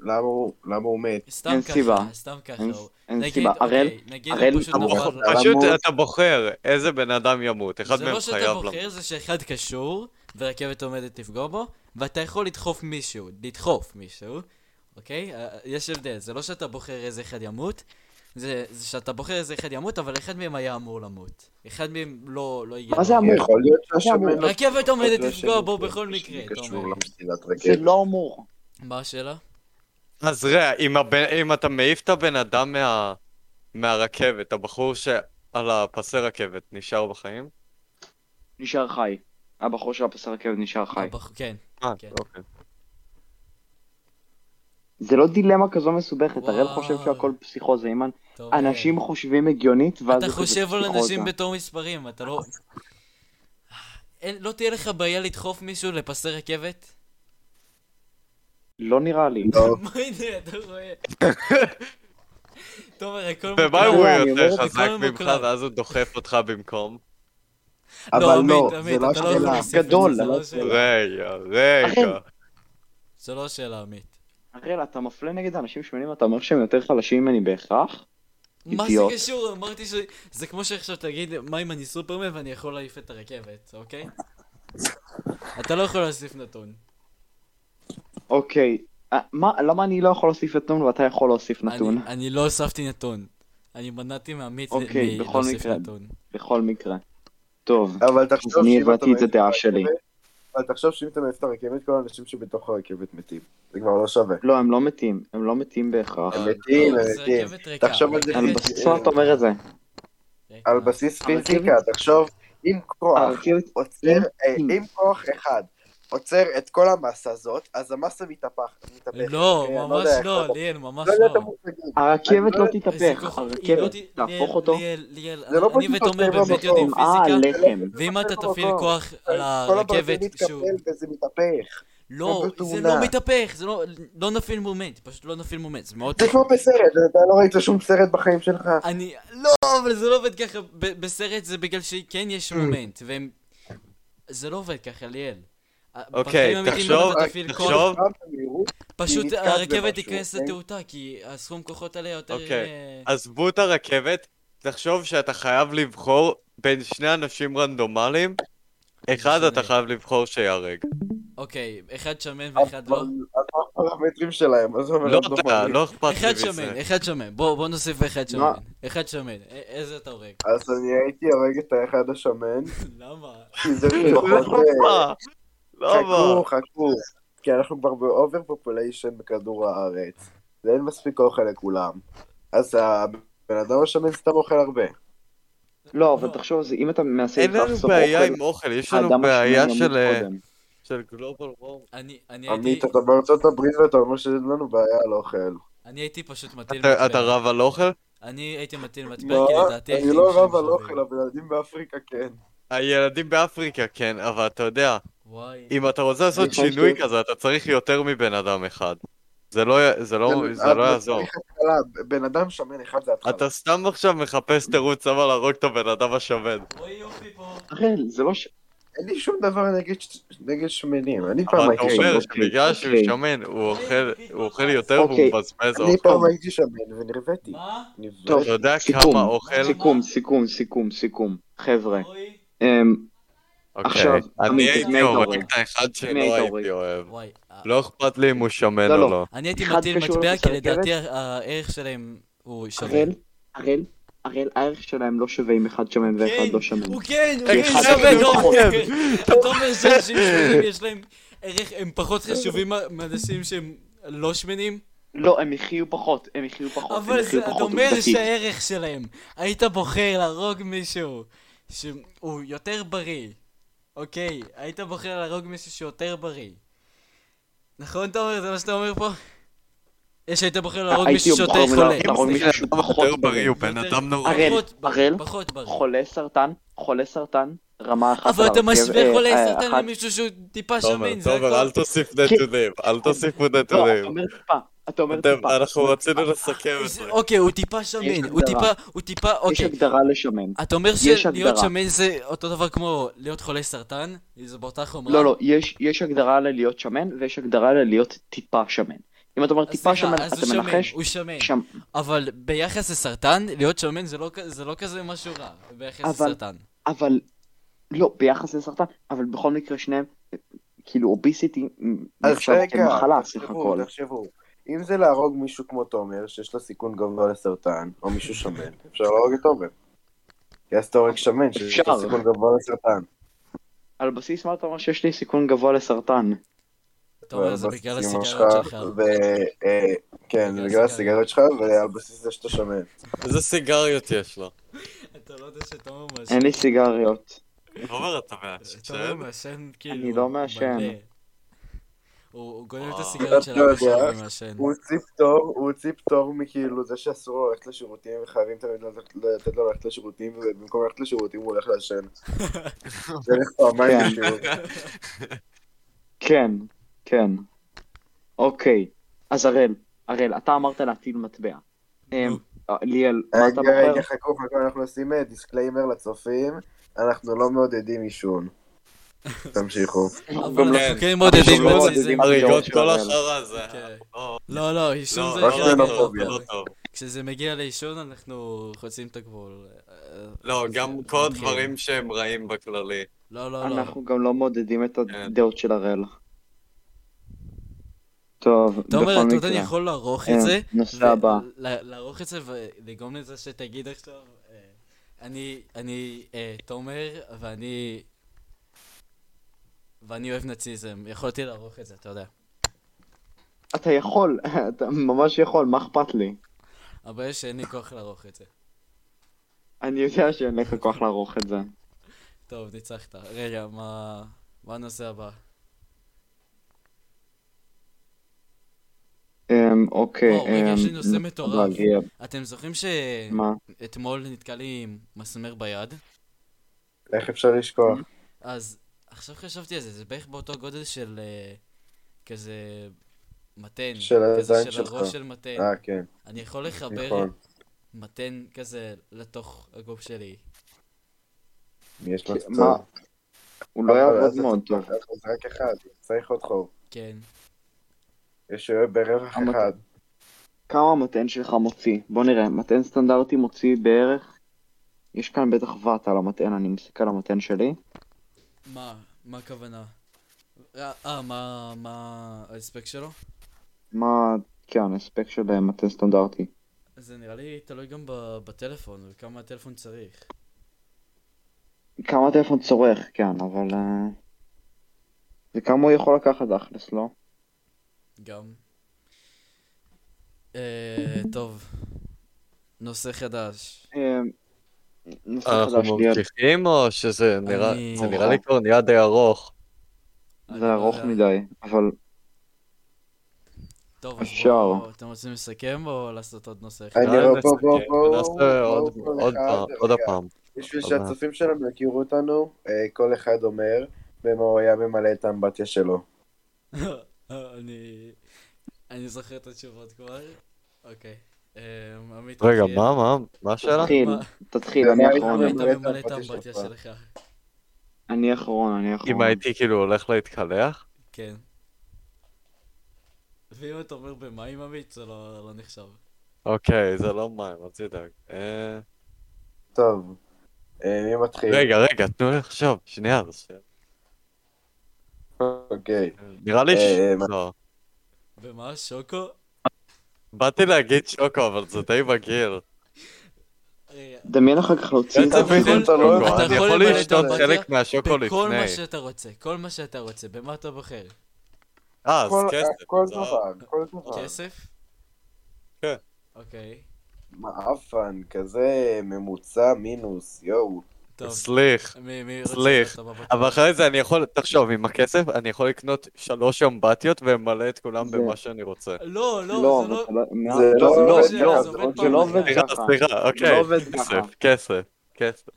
Speaker 1: למה הוא, למה הוא מת?
Speaker 2: סתם
Speaker 3: אין סיבה.
Speaker 2: ככה, סתם ככה.
Speaker 3: אין-
Speaker 2: הוא-
Speaker 3: אין
Speaker 2: נגיד,
Speaker 3: סיבה. הראל-
Speaker 2: אוקיי, נגיד
Speaker 3: הראל-
Speaker 2: הוא פשוט
Speaker 1: אתה
Speaker 2: נפל...
Speaker 1: בוחר-
Speaker 4: פשוט
Speaker 1: למה הוא-
Speaker 4: אתה בוחר איזה בן אדם ימות, אחד
Speaker 2: זה
Speaker 4: מהם
Speaker 2: לא שאתה
Speaker 4: חייב
Speaker 2: בוחר,
Speaker 4: למות.
Speaker 2: זה שאחד קשור, ורכבת עומדת לפגוע בו, ואתה יכול לדחוף מישהו, לדחוף מישהו, אוקיי? אה, יש הבדל, זה לא שאתה בוחר איזה אחד ימות, זה, זה שאתה בוחר איזה אחד ימות, אבל אחד מהם היה אמור למות. אחד מהם לא, לא הגיע.
Speaker 3: מה זה אמור?
Speaker 1: יכול להיות שהשמן... לא-
Speaker 2: רכבת עומדת
Speaker 1: לא
Speaker 2: לפגוע בו
Speaker 1: השמן
Speaker 2: בכל מקרה, אתה
Speaker 1: קשור
Speaker 3: לא-
Speaker 2: אומר.
Speaker 1: למסילת
Speaker 3: זה
Speaker 1: רכבת.
Speaker 3: לא אמור.
Speaker 2: מה השאלה?
Speaker 4: אז רע, אם הבן- אם אתה מעיף את הבן אדם מה- מהרכבת, הבחור שעל הפסי רכבת נשאר בחיים?
Speaker 3: נשאר חי. הבחור של הפסי רכבת נשאר חי.
Speaker 2: הבח- כן.
Speaker 4: אה,
Speaker 2: כן.
Speaker 4: אוקיי.
Speaker 3: זה לא דילמה כזו מסובכת,
Speaker 2: וואו.
Speaker 3: הראל חושב שהכל פסיכוזה, אימן.
Speaker 2: טוב,
Speaker 3: אנשים חושבים הגיונית, ואז
Speaker 2: אתה
Speaker 3: זה כזה
Speaker 2: חושב על
Speaker 3: פסיכוזה.
Speaker 2: אנשים בתור מספרים, אתה לא... אין, לא תהיה לך בעיה לדחוף מישהו לפסי רכבת?
Speaker 3: לא נראה לי.
Speaker 1: לא,
Speaker 2: מה הנה, אתה רואה? תומר, הכל
Speaker 4: ומה
Speaker 2: מוקלט.
Speaker 4: אם הוא
Speaker 3: אני אומר
Speaker 4: יותר
Speaker 3: את זה,
Speaker 4: חזק
Speaker 2: הכל
Speaker 4: ממך
Speaker 2: מוקלט.
Speaker 4: ואז הוא דוחף אותך במקום?
Speaker 1: אבל
Speaker 2: עמית,
Speaker 1: לא,
Speaker 2: עמית,
Speaker 1: זה לא
Speaker 2: אתה לא יכול
Speaker 1: השאלה.
Speaker 2: להוסיף את זה,
Speaker 3: גדול,
Speaker 2: זה לא
Speaker 3: אבל-
Speaker 2: השאלה.
Speaker 4: רגע, רגע.
Speaker 2: זה לא השאלה, עמית.
Speaker 3: הראל, אתה מפלה נגד אנשים שמנים, אתה אומר שהם יותר חלשים ממני בהכרח?
Speaker 2: מה
Speaker 3: אידיוט.
Speaker 2: זה קשור? אמרתי ש... זה כמו שעכשיו תגיד, מה אם אני סופרמן ואני יכול להעיף את הרכבת, אוקיי? אתה לא יכול להוסיף נתון.
Speaker 3: אוקיי. אה, מה, למה אני לא יכול להוסיף נתון ואתה יכול להוסיף נתון?
Speaker 2: אני- אני לא הוספתי נתון. אני מנעתי מעמית
Speaker 3: אוקיי, בכל
Speaker 2: מלהוסיף
Speaker 3: מקרה.
Speaker 2: נתון.
Speaker 3: בכל מקרה. טוב,
Speaker 1: אבל תחשוב
Speaker 3: אני
Speaker 1: שאם אתה
Speaker 3: הבעתי את
Speaker 1: מעיף
Speaker 3: הדעה
Speaker 1: הרכבת-
Speaker 3: שלי.
Speaker 1: אבל תחשוב שאם אתה מעיף את הרכבת, כל האנשים שבתוך הרכבת מתים. זה כבר לא שווה.
Speaker 3: לא, הם לא מתים, הם לא מתים בהכרח.
Speaker 1: הם מתים,
Speaker 2: אה, לא,
Speaker 1: הם
Speaker 2: זה
Speaker 1: מתים.
Speaker 2: רכבת ריקה.
Speaker 1: תחשוב על זה
Speaker 3: על בסיס מה אתה אומר את זה?
Speaker 2: ריקה.
Speaker 1: על בסיס
Speaker 3: הרכבת-
Speaker 1: פיזיקה, תחשוב, אם כוח
Speaker 3: הרכבת
Speaker 1: עוצר, אה,
Speaker 3: אם-
Speaker 1: אם כוח אחד עוצר את כל המסה הזאת, אז המסה מתהפך- מתהפכת.
Speaker 2: לא,
Speaker 1: אוקיי? אני
Speaker 2: ממש
Speaker 1: יודע איך
Speaker 2: לא,
Speaker 1: אתה-
Speaker 2: ליאל, ממש
Speaker 1: לא יודע את
Speaker 2: לא.
Speaker 1: המושגים.
Speaker 3: הרכבת
Speaker 1: אני
Speaker 3: לא
Speaker 1: לא-
Speaker 2: איזה
Speaker 3: תתהפך,
Speaker 2: כוח- היא לא
Speaker 3: הרכבת
Speaker 2: ת- ליאל,
Speaker 3: תהפוך אותו.
Speaker 2: ליאל, ליאל,
Speaker 1: זה לא
Speaker 2: אני
Speaker 1: פשוט
Speaker 2: ותומר
Speaker 1: עוצר
Speaker 2: באמת
Speaker 1: במקום.
Speaker 2: יודעים
Speaker 3: אה,
Speaker 2: פיזיקה,
Speaker 3: לחם.
Speaker 2: ואם
Speaker 1: זה
Speaker 2: אתה
Speaker 1: עוצר
Speaker 2: תפעיל
Speaker 1: במקום.
Speaker 2: כוח על
Speaker 1: כל הברזל
Speaker 2: הרכבת, שהוא...
Speaker 1: מתקפל וזה מתהפך.
Speaker 2: לא,
Speaker 1: זה
Speaker 2: זה
Speaker 1: תאונה.
Speaker 2: לא מתהפך, זה לא, לא נפיל מומנט, פשוט לא נפיל מומנט, זה מאוד...
Speaker 1: זה כמו בסרט, אתה לא ראית שום סרט בחיים שלך.
Speaker 2: אני... לא, אבל זה לא עובד ככה, ב- בסרט זה בגלל שכן
Speaker 1: Mm.
Speaker 2: יש מומנט, והם... זה לא עובד ככה, ליאל.
Speaker 1: אוקיי,
Speaker 2: בחיים האמיתיים
Speaker 4: תחשוב-
Speaker 2: אתה לא, תפעיל כוח-
Speaker 4: תחשוב.
Speaker 1: פעם במהירות,
Speaker 2: פשוט
Speaker 1: נתקעת
Speaker 2: הרכבת
Speaker 1: במשהו,
Speaker 2: תיכנס
Speaker 1: אוקיי?
Speaker 2: לתאותה, כי הסכום כוחות עליה יותר...
Speaker 4: אוקיי.
Speaker 2: אה,
Speaker 4: עזבו את הרכבת, תחשוב שאתה חייב לבחור בין שני אנשים רנדומליים, אחד
Speaker 2: משנה.
Speaker 4: אתה חייב לבחור שיהרג.
Speaker 2: אוקיי, אחד שמן ואחד לא.
Speaker 1: אבל- אז מה הפרמטרים שלהם? אז הוא אומר,
Speaker 4: לא
Speaker 1: "אז
Speaker 4: אתה,
Speaker 1: אני".
Speaker 4: לא אכפת לי
Speaker 2: אחד
Speaker 4: מזה.
Speaker 2: שמן, אחד שמן. בוא, בוא נוסיף אחד שמן.
Speaker 3: מה?
Speaker 2: אחד שמן. א- איזה אתה הורג?
Speaker 1: אז אני הייתי הורג את האחד השמן,
Speaker 2: למה?
Speaker 1: כי זה
Speaker 4: לא,
Speaker 3: לא,
Speaker 1: פחות... אה,
Speaker 4: למה? למה? לא.
Speaker 1: חכו, חכו, כי אנחנו כבר באובר פופוליישן בכדור הארץ, ואין מספיק אוכל לכולם. אז הבן אדם השמן סתם אוכל הרבה.
Speaker 3: לא, אבל תחשוב על זה, אם אתה מעשה
Speaker 4: אין
Speaker 3: את
Speaker 4: לנו
Speaker 3: האפסון
Speaker 4: בעיה
Speaker 3: אוכל,
Speaker 4: עם אוכל, יש
Speaker 3: האדם
Speaker 4: לנו בעיה
Speaker 3: השני
Speaker 4: של,
Speaker 3: ימות
Speaker 4: אה,
Speaker 3: קודם.
Speaker 4: של גלובל וורם.
Speaker 2: אני, אני הייתי,
Speaker 1: עמית, אתה בארצות הברית ואתה אומר שאין לנו בעיה על אוכל.
Speaker 2: אני הייתי פשוט מטיל
Speaker 4: אתה אתה
Speaker 2: מטבע.
Speaker 4: רב על אוכל?
Speaker 2: אני הייתי מטיל מטבע,
Speaker 1: מה?
Speaker 2: כי לדעתי...
Speaker 1: לא, אני
Speaker 2: החיים
Speaker 1: לא
Speaker 2: שלי
Speaker 1: רב על
Speaker 2: חשובים.
Speaker 1: אוכל, אבל ילדים באפריקה כן.
Speaker 4: הילדים באפריקה כן, אבל אתה יודע,
Speaker 2: וואי.
Speaker 4: אם אתה רוצה לעשות
Speaker 3: אני חושב
Speaker 4: שינוי
Speaker 3: ש-
Speaker 4: כזה, אתה צריך יותר מבן אדם אחד. זה לא, זה לא, זה לא
Speaker 1: אבל
Speaker 4: יעזור.
Speaker 1: צריך התחלה, בן אדם שמן אחד זה התחלה.
Speaker 4: אתה סתם עכשיו מחפש תירוץ למה להרוג את הבן אדם השמן.
Speaker 2: אוי יופי פה.
Speaker 3: אראל, זה לא ש...
Speaker 1: אין לי שום דבר נגד, נגד שמנים, אני פעם
Speaker 4: אבל אתה
Speaker 1: הייתי
Speaker 4: אומר
Speaker 1: שמן.
Speaker 3: אוקיי,
Speaker 4: שבגלל שהוא
Speaker 3: אוקיי.
Speaker 4: שמן, הוא אוכל- הוא אוכל יותר
Speaker 3: אוקיי.
Speaker 4: והוא מבזבז
Speaker 1: אני
Speaker 4: אוכל.
Speaker 1: פעם הייתי שמן ונרוויתי.
Speaker 2: מה?
Speaker 1: נבראתי.
Speaker 3: טוב,
Speaker 4: אתה יודע
Speaker 3: סיכום,
Speaker 4: כמה אוכל?
Speaker 3: סיכום, סיכום, סיכום, סיכום. חבר'ה,
Speaker 2: אוי.
Speaker 3: אמ,
Speaker 4: אוקיי.
Speaker 3: עכשיו,
Speaker 4: אני
Speaker 3: עמית, מי
Speaker 4: הייתי
Speaker 3: היית
Speaker 4: הורג
Speaker 3: הורג?
Speaker 4: את האחד שלא
Speaker 3: היית
Speaker 4: הייתי
Speaker 3: הורג?
Speaker 4: אוהב.
Speaker 2: וואי. אה,
Speaker 4: לא אכפת לי אם הוא שמן
Speaker 3: לא,
Speaker 4: או
Speaker 3: לא.
Speaker 4: לא.
Speaker 2: אני הייתי
Speaker 3: אחד
Speaker 2: מטיל
Speaker 3: קשור
Speaker 2: מטבע, כי
Speaker 3: לסכרת?
Speaker 2: לדעתי ה- הערך שלהם הוא שווה. כן,
Speaker 3: אראל, אראל, אראל, הערך שלהם לא שווה אם אחד שמן ואחד
Speaker 2: כן,
Speaker 3: לא שמן.
Speaker 2: הוא כן, הוא
Speaker 4: כן,
Speaker 2: כן
Speaker 4: אחד
Speaker 2: שווה,
Speaker 4: אפילו
Speaker 3: לא
Speaker 2: אתה
Speaker 4: פחות.
Speaker 2: אומר, אתה
Speaker 1: נכון.
Speaker 2: אומר שאנשים שמנים יש להם ערך, הם פחות חשובים מה- מאנשים שהם לא שמנים,
Speaker 3: לא, הם יחיו פחות, הם יחיו פחות, הם
Speaker 2: אבל
Speaker 3: יחיו
Speaker 2: זה- אתה
Speaker 3: אוקיי, פחות,
Speaker 2: אומר
Speaker 3: עובדתית.
Speaker 2: שהערך שלהם, היית בוחר להרוג מישהו שהוא יותר בריא, אוקיי, היית בוחר להרוג מישהו שיותר בריא. נכון, תומר? זה מה שאתה אומר פה? יש היית בוחר להרוג
Speaker 3: אה, הייתי לא
Speaker 2: מישהו שיותר
Speaker 3: בוחר
Speaker 2: חולה.
Speaker 3: להרוג מישהו שהוא פחות
Speaker 4: יותר בריא הוא בן
Speaker 2: יותר-
Speaker 4: אדם נורא.
Speaker 3: אראל,
Speaker 2: פחות בריא,
Speaker 3: אראל,
Speaker 2: פחות בריא.
Speaker 3: חולה סרטן, חולה סרטן, רמה אחת.
Speaker 2: אבל
Speaker 3: על
Speaker 2: אתה
Speaker 3: הרכב,
Speaker 2: משווה
Speaker 3: אה,
Speaker 2: חולה
Speaker 3: אה,
Speaker 2: סרטן
Speaker 3: אחת-
Speaker 2: למישהו שהוא טיפה שמן,
Speaker 4: תומר,
Speaker 2: זה
Speaker 4: תומר, אל
Speaker 2: הכל.
Speaker 4: תוסיף נתונים, אל תוסיפו
Speaker 3: לא, אתה
Speaker 4: נתונים.
Speaker 3: אומר טיפה, אתה אומר
Speaker 4: אתם-
Speaker 3: טיפה.
Speaker 4: אנחנו רצינו לסכם את זה.
Speaker 2: זה- אוקיי, הוא טיפה שמן, הוא
Speaker 3: הגדרה.
Speaker 2: טיפה, הוא טיפה,
Speaker 3: יש
Speaker 2: אוקיי.
Speaker 3: הגדרה לשמן.
Speaker 2: אתה אומר
Speaker 3: יש
Speaker 2: שלהיות
Speaker 3: הגדרה.
Speaker 2: שמן זה אותו דבר כמו להיות חולה סרטן? זה באותה חומרה?
Speaker 3: לא, לא, יש- יש הגדרה ללהיות שמן, ויש הגדרה ללהיות טיפה שמן. אם אתה אומר
Speaker 2: אז
Speaker 3: טיפה
Speaker 2: סליחה,
Speaker 3: שמן,
Speaker 2: אז
Speaker 3: אתה
Speaker 2: הוא שמן, אוקיי.
Speaker 3: מנחש
Speaker 2: הוא שמן.
Speaker 3: שם.
Speaker 2: אבל ביחס לסרטן, להיות שמן זה לא כ- זה לא כזה משהו רע, ביחס
Speaker 3: אבל-
Speaker 2: לסרטן.
Speaker 3: אבל לא, ביחס לסרטן, אבל בכל מקרה שניהם, כאילו אוביסיטי
Speaker 1: אז
Speaker 3: נחשב
Speaker 1: רגע,
Speaker 3: כמחלה סך
Speaker 1: תחשבו,
Speaker 3: הכל.
Speaker 1: תחשבו. אם זה להרוג מישהו כמו תומר, שיש לו סיכון גבוה לסרטן, או מישהו שמן, אפשר להרוג את תומר. כי אז אתה הורג שמן, שיש
Speaker 3: אפשר.
Speaker 1: לו סיכון גבוה לסרטן.
Speaker 3: על בסיס מה אתה אומר שיש לי סיכון גבוה לסרטן?
Speaker 2: אתה
Speaker 3: אה,
Speaker 2: אומר, זה
Speaker 1: ועל בסיס
Speaker 2: בגלל
Speaker 1: אמא
Speaker 2: הסיגריות
Speaker 1: שלך,
Speaker 2: שלך.
Speaker 1: ו- אה, כן,
Speaker 2: בגלל
Speaker 1: זה בגלל
Speaker 2: הסיגריות.
Speaker 1: הסיגריות שלך, ועל בסיס זה שאתה שמן.
Speaker 2: אוקיי.
Speaker 4: איזה סיגריות יש לו?
Speaker 2: אתה לא יודע שאתה אומר משהו.
Speaker 3: אין לי סיגריות.
Speaker 4: תומר, אתה
Speaker 2: תומר
Speaker 4: מעשן?
Speaker 2: מעשן כאילו...
Speaker 3: אני לא מעשן. לא
Speaker 2: מלא. הוא הוא גונב את
Speaker 4: וואו.
Speaker 2: הסיגריות
Speaker 1: אתה
Speaker 2: של
Speaker 1: יודע.
Speaker 2: אבא שלו ומעשן.
Speaker 1: הוא הוציא פטור, הוא הוציא פטור מכאילו זה שאסור לו ללכת לשירותים, וחייבים תמיד לתת- לתת לו ללכת לשירותים, ובמקום ללכת לשירותים הוא הולך לעשן. זה הולך פעמיים
Speaker 3: כן.
Speaker 1: לשירות.
Speaker 3: כן, כן. אוקיי, אז הראל, הראל, אתה אמרת להטיל מטבע. אמ, אה, ליאל, מה אתה
Speaker 1: רגע,
Speaker 3: בוחר?
Speaker 1: רגע, חכו, חכו, אנחנו עושים אה, דיסקליימר לצופים, אנחנו לא מעודדים עישון. תמשיכו.
Speaker 3: אנחנו
Speaker 2: אבל
Speaker 3: גם לא-
Speaker 2: אנחנו כן
Speaker 3: אנחנו
Speaker 2: מעודדים
Speaker 3: לא
Speaker 2: את זה, זה.
Speaker 3: מעודדים.
Speaker 4: הריגות כל
Speaker 3: אוקיי.
Speaker 4: החרא הזה.
Speaker 2: אוקיי.
Speaker 4: לא,
Speaker 2: לא, לא, עישון זה
Speaker 4: לא,
Speaker 1: רק
Speaker 2: כאילו-
Speaker 4: לא טוב,
Speaker 1: טרנופוביה.
Speaker 4: לא טוב.
Speaker 2: כשזה מגיע לעישון אנחנו חוצים את הגבול. אה,
Speaker 4: לא,
Speaker 2: זה-
Speaker 4: גם
Speaker 2: זה
Speaker 4: כל
Speaker 2: מתחיל.
Speaker 4: הדברים שהם רעים בכללי.
Speaker 2: לא, לא, לא.
Speaker 3: אנחנו גם לא מעודדים את
Speaker 4: כן.
Speaker 3: הדעות של הראל. טוב,
Speaker 2: תומר,
Speaker 3: בכל
Speaker 2: אתה יודע, אני
Speaker 3: מקרה.
Speaker 2: יכול לערוך
Speaker 3: אה,
Speaker 2: את זה.
Speaker 3: נושא
Speaker 2: ו-
Speaker 3: הבא.
Speaker 2: ל- לערוך את זה ולגרום לזה שתגיד עכשיו, אה, אני, אני אה, תומר, ואני... ואני אוהב נאציזם. יכולתי לערוך את זה, אתה יודע.
Speaker 3: אתה יכול, אתה ממש יכול, מה אכפת לי?
Speaker 2: הבעיה שאין לי כוח לערוך את זה.
Speaker 3: אני יודע שאין לך כוח לערוך את זה.
Speaker 2: טוב, ניצחת. רגע, מה... מה הנושא הבא?
Speaker 3: אמ, אוקיי.
Speaker 2: וואו, רגע,
Speaker 3: אמ,
Speaker 2: יש לי נושא
Speaker 3: נו,
Speaker 2: מטורף. אוקיי.
Speaker 3: אבל, יאללה,
Speaker 2: אתם זוכרים ש...
Speaker 3: מה?
Speaker 2: אתמול נתקע לי עם מסמר ביד,
Speaker 1: איך אפשר לשכוח?
Speaker 2: אז עכשיו חשבתי על זה, זה בערך באותו גודל של אה, כזה מתן,
Speaker 1: של
Speaker 2: כזה
Speaker 1: הזין
Speaker 2: של
Speaker 1: שלך.
Speaker 2: הראש של מתן.
Speaker 1: אה, כן,
Speaker 2: אני יכול לחבר
Speaker 1: נכון.
Speaker 2: מתן כזה לתוך הגוף שלי.
Speaker 1: יש לך
Speaker 3: מה?
Speaker 1: צורך.
Speaker 3: הוא
Speaker 1: אה,
Speaker 3: לא יעבוד מאוד טוב.
Speaker 1: אז רק אחד, צריך עוד חור.
Speaker 2: כן.
Speaker 1: יש בערך
Speaker 3: כמה-
Speaker 1: אחד.
Speaker 3: כמה המתן שלך מוציא? בוא נראה, מתן סטנדרטי מוציא בערך... יש כאן בטח ואט על המתן, אני מסתכל על המתן שלי.
Speaker 2: מה? מה הכוונה? אה, אה, מה, מה ההספק שלו?
Speaker 3: מה... כן, הספק של אה, מתן סטנדרטי.
Speaker 2: זה נראה לי תלוי גם ב- בטלפון, וכמה הטלפון צריך.
Speaker 3: כמה הטלפון צורך, כן, אבל... אה, זה כמה הוא יכול לקחת אכלס, לא?
Speaker 2: גם. אה, טוב. נושא חדש.
Speaker 3: אה, נושא
Speaker 4: אנחנו
Speaker 3: חדש ליד.
Speaker 4: ממשיכים או שזה נראה,
Speaker 2: אני-
Speaker 4: זה נראה לי כבר נהיה די ארוך.
Speaker 2: אני
Speaker 3: זה
Speaker 2: לא
Speaker 3: ארוך
Speaker 2: יודע.
Speaker 3: מדי, אבל
Speaker 2: טוב, אז
Speaker 3: אפשר.
Speaker 2: בואו, אתם רוצים לסכם או לעשות עוד נושא אחד?
Speaker 1: אני-
Speaker 4: נראה
Speaker 1: בוא, בוא, בוא,
Speaker 4: נסכם,
Speaker 1: בוא,
Speaker 4: אה, נעשה
Speaker 1: בוא,
Speaker 4: עוד-
Speaker 1: כל
Speaker 4: עוד
Speaker 1: אחד,
Speaker 4: פעם- עוד
Speaker 1: רגע.
Speaker 4: הפעם.
Speaker 1: בשביל
Speaker 4: תודה.
Speaker 1: שהצופים שלנו יכירו אותנו, אה, כל אחד אומר במה הוא היה ממלא את האמבטיה שלו.
Speaker 2: אני... אני זוכר את התשובות כבר. אוקיי. אמ, עמית,
Speaker 4: רגע,
Speaker 2: תתחיל.
Speaker 4: מה, מה, מה השאלה?
Speaker 3: תתחיל,
Speaker 2: מה?
Speaker 3: תתחיל, אני
Speaker 1: מה היית
Speaker 3: אחרון.
Speaker 2: למה היית
Speaker 1: ממלא את
Speaker 2: ממלא את
Speaker 1: האמבטיה
Speaker 2: האמבטיה
Speaker 1: שלך?
Speaker 2: שלך?
Speaker 3: אני אחרון, אני אחרון.
Speaker 4: אם הייתי כאילו הולך להתקלח?
Speaker 2: כן. ואם אתה אומר במים עמית, זה לא לא נחשב.
Speaker 4: אוקיי, זה לא מים, אל תדאג. אה,
Speaker 1: טוב, אה, מי מתחיל?
Speaker 4: רגע, רגע, תנו לי לחשוב, שנייה, אה, זה ש-
Speaker 1: אוקיי.
Speaker 4: נראה לי
Speaker 1: אה,
Speaker 4: ש...
Speaker 1: מה-
Speaker 4: לא.
Speaker 2: במה? שוקו?
Speaker 4: באתי להגיד שוקו, אבל זה די מגעיל.
Speaker 2: אה,
Speaker 3: דמיין אחר כך להוציא את
Speaker 4: אתה
Speaker 3: זה.
Speaker 2: אתה
Speaker 4: מבין,
Speaker 2: יכול-
Speaker 1: לא,
Speaker 4: שוקו,
Speaker 2: אתה
Speaker 4: אני
Speaker 2: יכול
Speaker 4: יכול
Speaker 2: למלא את
Speaker 4: לשתות
Speaker 2: האמבטיה
Speaker 4: חלק מהשוקו
Speaker 2: בכל מה
Speaker 4: לפני.
Speaker 2: שאתה רוצה, כל מה שאתה רוצה, במה אתה בוחר?
Speaker 4: אה, אז
Speaker 1: כל
Speaker 4: כסף.
Speaker 1: כל
Speaker 4: זה- לא-
Speaker 1: דבר, כל דבר.
Speaker 2: כסף?
Speaker 4: כן.
Speaker 2: אוקיי.
Speaker 1: מעפן, כזה ממוצע מינוס, יואו.
Speaker 2: טוב.
Speaker 4: סליח.
Speaker 2: מי מי רוצה
Speaker 4: סליח,
Speaker 2: להיות הבא
Speaker 4: אבל
Speaker 2: בתור?
Speaker 4: אחרי זה אני יכול, תחשוב, עם הכסף אני יכול לקנות שלוש אמבטיות ואמלא את כולם
Speaker 3: זה-
Speaker 4: במה שאני רוצה.
Speaker 2: לא, לא,
Speaker 3: לא,
Speaker 2: זה לא...
Speaker 3: אבל מה?
Speaker 1: זה
Speaker 3: לא,
Speaker 1: לא-
Speaker 3: זה לא-
Speaker 1: זה
Speaker 3: זה לא-
Speaker 1: זה
Speaker 2: עובד
Speaker 3: זה לא עובד
Speaker 4: סליחה,
Speaker 2: פעם
Speaker 3: ככה.
Speaker 4: סליחה,
Speaker 3: זה לא
Speaker 4: אוקיי.
Speaker 3: עובד ככה.
Speaker 4: כסף, כסף, כסף.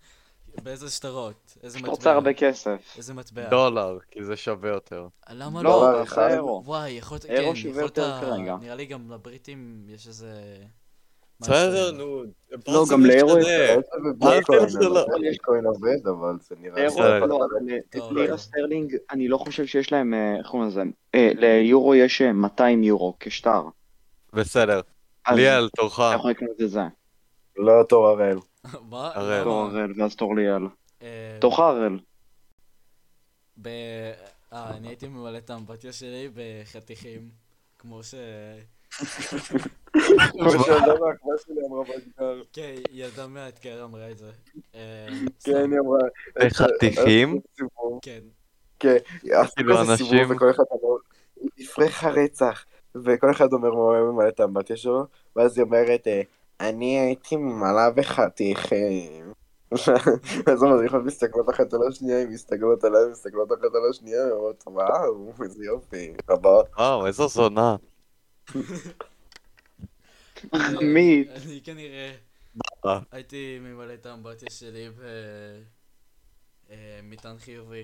Speaker 2: באיזה שטרות? איזה
Speaker 3: אתה רוצה
Speaker 2: מטבע?
Speaker 3: הרבה כסף.
Speaker 2: איזה מטבע?
Speaker 4: דולר, כי זה שווה יותר.
Speaker 2: למה
Speaker 3: לא,
Speaker 2: לא?
Speaker 1: דולר
Speaker 3: תעשה
Speaker 1: אחד.
Speaker 3: אירו.
Speaker 2: וואי, יכולת... כן,
Speaker 3: אירו שווה
Speaker 2: יכולת...
Speaker 3: יותר כרגע.
Speaker 2: נראה לי גם לבריטים יש איזה...
Speaker 4: בסדר,
Speaker 2: משהו.
Speaker 4: נו.
Speaker 3: לא, גם לאירו יש
Speaker 2: אה,
Speaker 4: זה.
Speaker 1: לא, זה בביטקוין,
Speaker 4: זה
Speaker 1: אני לא
Speaker 4: לא.
Speaker 1: יודע, ביטקוין עובד, אבל זה נראה...
Speaker 3: אירו,
Speaker 4: בסדר.
Speaker 3: לא, אבל, אה,
Speaker 2: טוב. אוקיי.
Speaker 3: לירה סטרלינג, אני לא חושב שיש להם, אה, איך קוראים לזה? אה, ליורו יש אה, 200 יורו כשטר.
Speaker 4: בסדר.
Speaker 3: אז
Speaker 4: ליאל, תורך.
Speaker 3: אתה יכול לקנות את זה.
Speaker 4: אה.
Speaker 1: לא תור הראל.
Speaker 2: מה?
Speaker 4: הראל.
Speaker 3: תור
Speaker 2: למה?
Speaker 3: הראל ואז תור ליאל.
Speaker 2: אה,
Speaker 3: תורך הראל.
Speaker 2: ב... אה, אני הייתי ממלא את האמבטיה שלי בחתיכים. כמו ש...
Speaker 1: כמו שאדם מהקווה שלי אמרה בגדר.
Speaker 2: כן, ילדה מהאתגר אמרה את זה. אה,
Speaker 1: כן,
Speaker 2: סתם,
Speaker 1: היא אמרה...
Speaker 4: בחתיכים?
Speaker 1: סיבוב.
Speaker 2: כן.
Speaker 1: כן, עשו
Speaker 4: כאילו,
Speaker 1: כזה סיבוב
Speaker 4: אנשים-
Speaker 1: וכל אחד אמר, הפריך הרצח, וכל אחד אומר מה הוא היה ממלא את האמבטיה שלו, ואז היא אומרת, אה, אני הייתי ממלאה בחתיכים. אז המדריכות מסתכלות אחת על השנייה, הן מסתכלות עליי, מסתכלות אחת על השנייה, הן אומרות, וואו, איזה יופי, רבה.
Speaker 4: וואו, איזו זונה.
Speaker 2: אה.
Speaker 3: עמית.
Speaker 2: כן. אני כנראה הייתי ממלא את האמבטיה שלי במטען חיובי.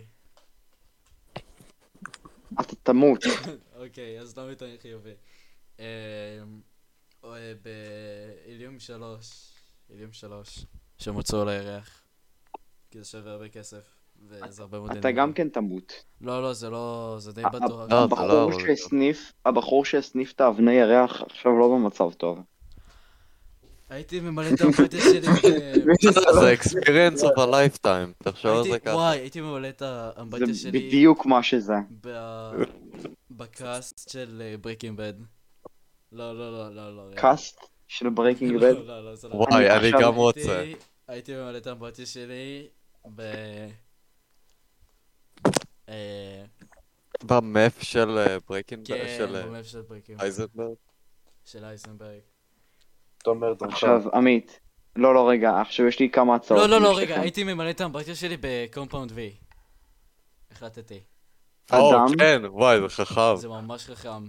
Speaker 3: אתה תמות.
Speaker 4: אה,
Speaker 2: אוקיי, אז לא מטען חיובי. אה, או, אה, באיליום שלוש, איליום שלוש, שהם הוצאו לירח. כי זה שווה הרבה כסף, וזה הרבה מאוד...
Speaker 3: אתה
Speaker 2: אנרגיה.
Speaker 3: גם כן אה, תמות.
Speaker 2: לא, לא, זה לא... זה די בטוח.
Speaker 4: לא, אתה
Speaker 3: הבחור
Speaker 4: אמור להיות.
Speaker 3: שהסניף, הבחור שהסניף את האבני ירח עכשיו לא במצב טוב.
Speaker 2: הייתי ממלא את האמבטיה שלי אה, ב...
Speaker 4: זה experience of a lifetime, תחשוב על זה
Speaker 2: הייתי-
Speaker 4: ככה.
Speaker 2: וואי, הייתי ממלא את האמבטיה
Speaker 3: זה
Speaker 2: שלי
Speaker 3: בדיוק מה שזה.
Speaker 2: ב- בקאסט של בריקינג בד. לא, לא, לא, לא, לא. רגע.
Speaker 3: קאסט של ברייקינג בד.
Speaker 2: לא, לא, לא, זה לא.
Speaker 4: וואי,
Speaker 3: אני
Speaker 4: אני
Speaker 3: עכשיו
Speaker 4: גם
Speaker 2: הייתי-
Speaker 4: רוצה.
Speaker 2: הייתי ממלא את האמבטיה שלי ב... אה,
Speaker 4: במף של ברייקינג,
Speaker 2: כן,
Speaker 4: של אה,
Speaker 2: במלב של בריקינג בד.
Speaker 4: אייזנברג?
Speaker 2: של אייזנברג.
Speaker 1: תומר תומך.
Speaker 3: עכשיו, עמית. לא, לא, רגע, עכשיו יש לי כמה הצעות.
Speaker 2: לא, לא, לא,
Speaker 3: לשניכם.
Speaker 2: רגע, הייתי ממלא את האמבטיה שלי בקומפאונד V. החלטתי.
Speaker 4: או,
Speaker 3: אדם?
Speaker 4: כן, וואי, זה חכם.
Speaker 2: זה ממש חכם.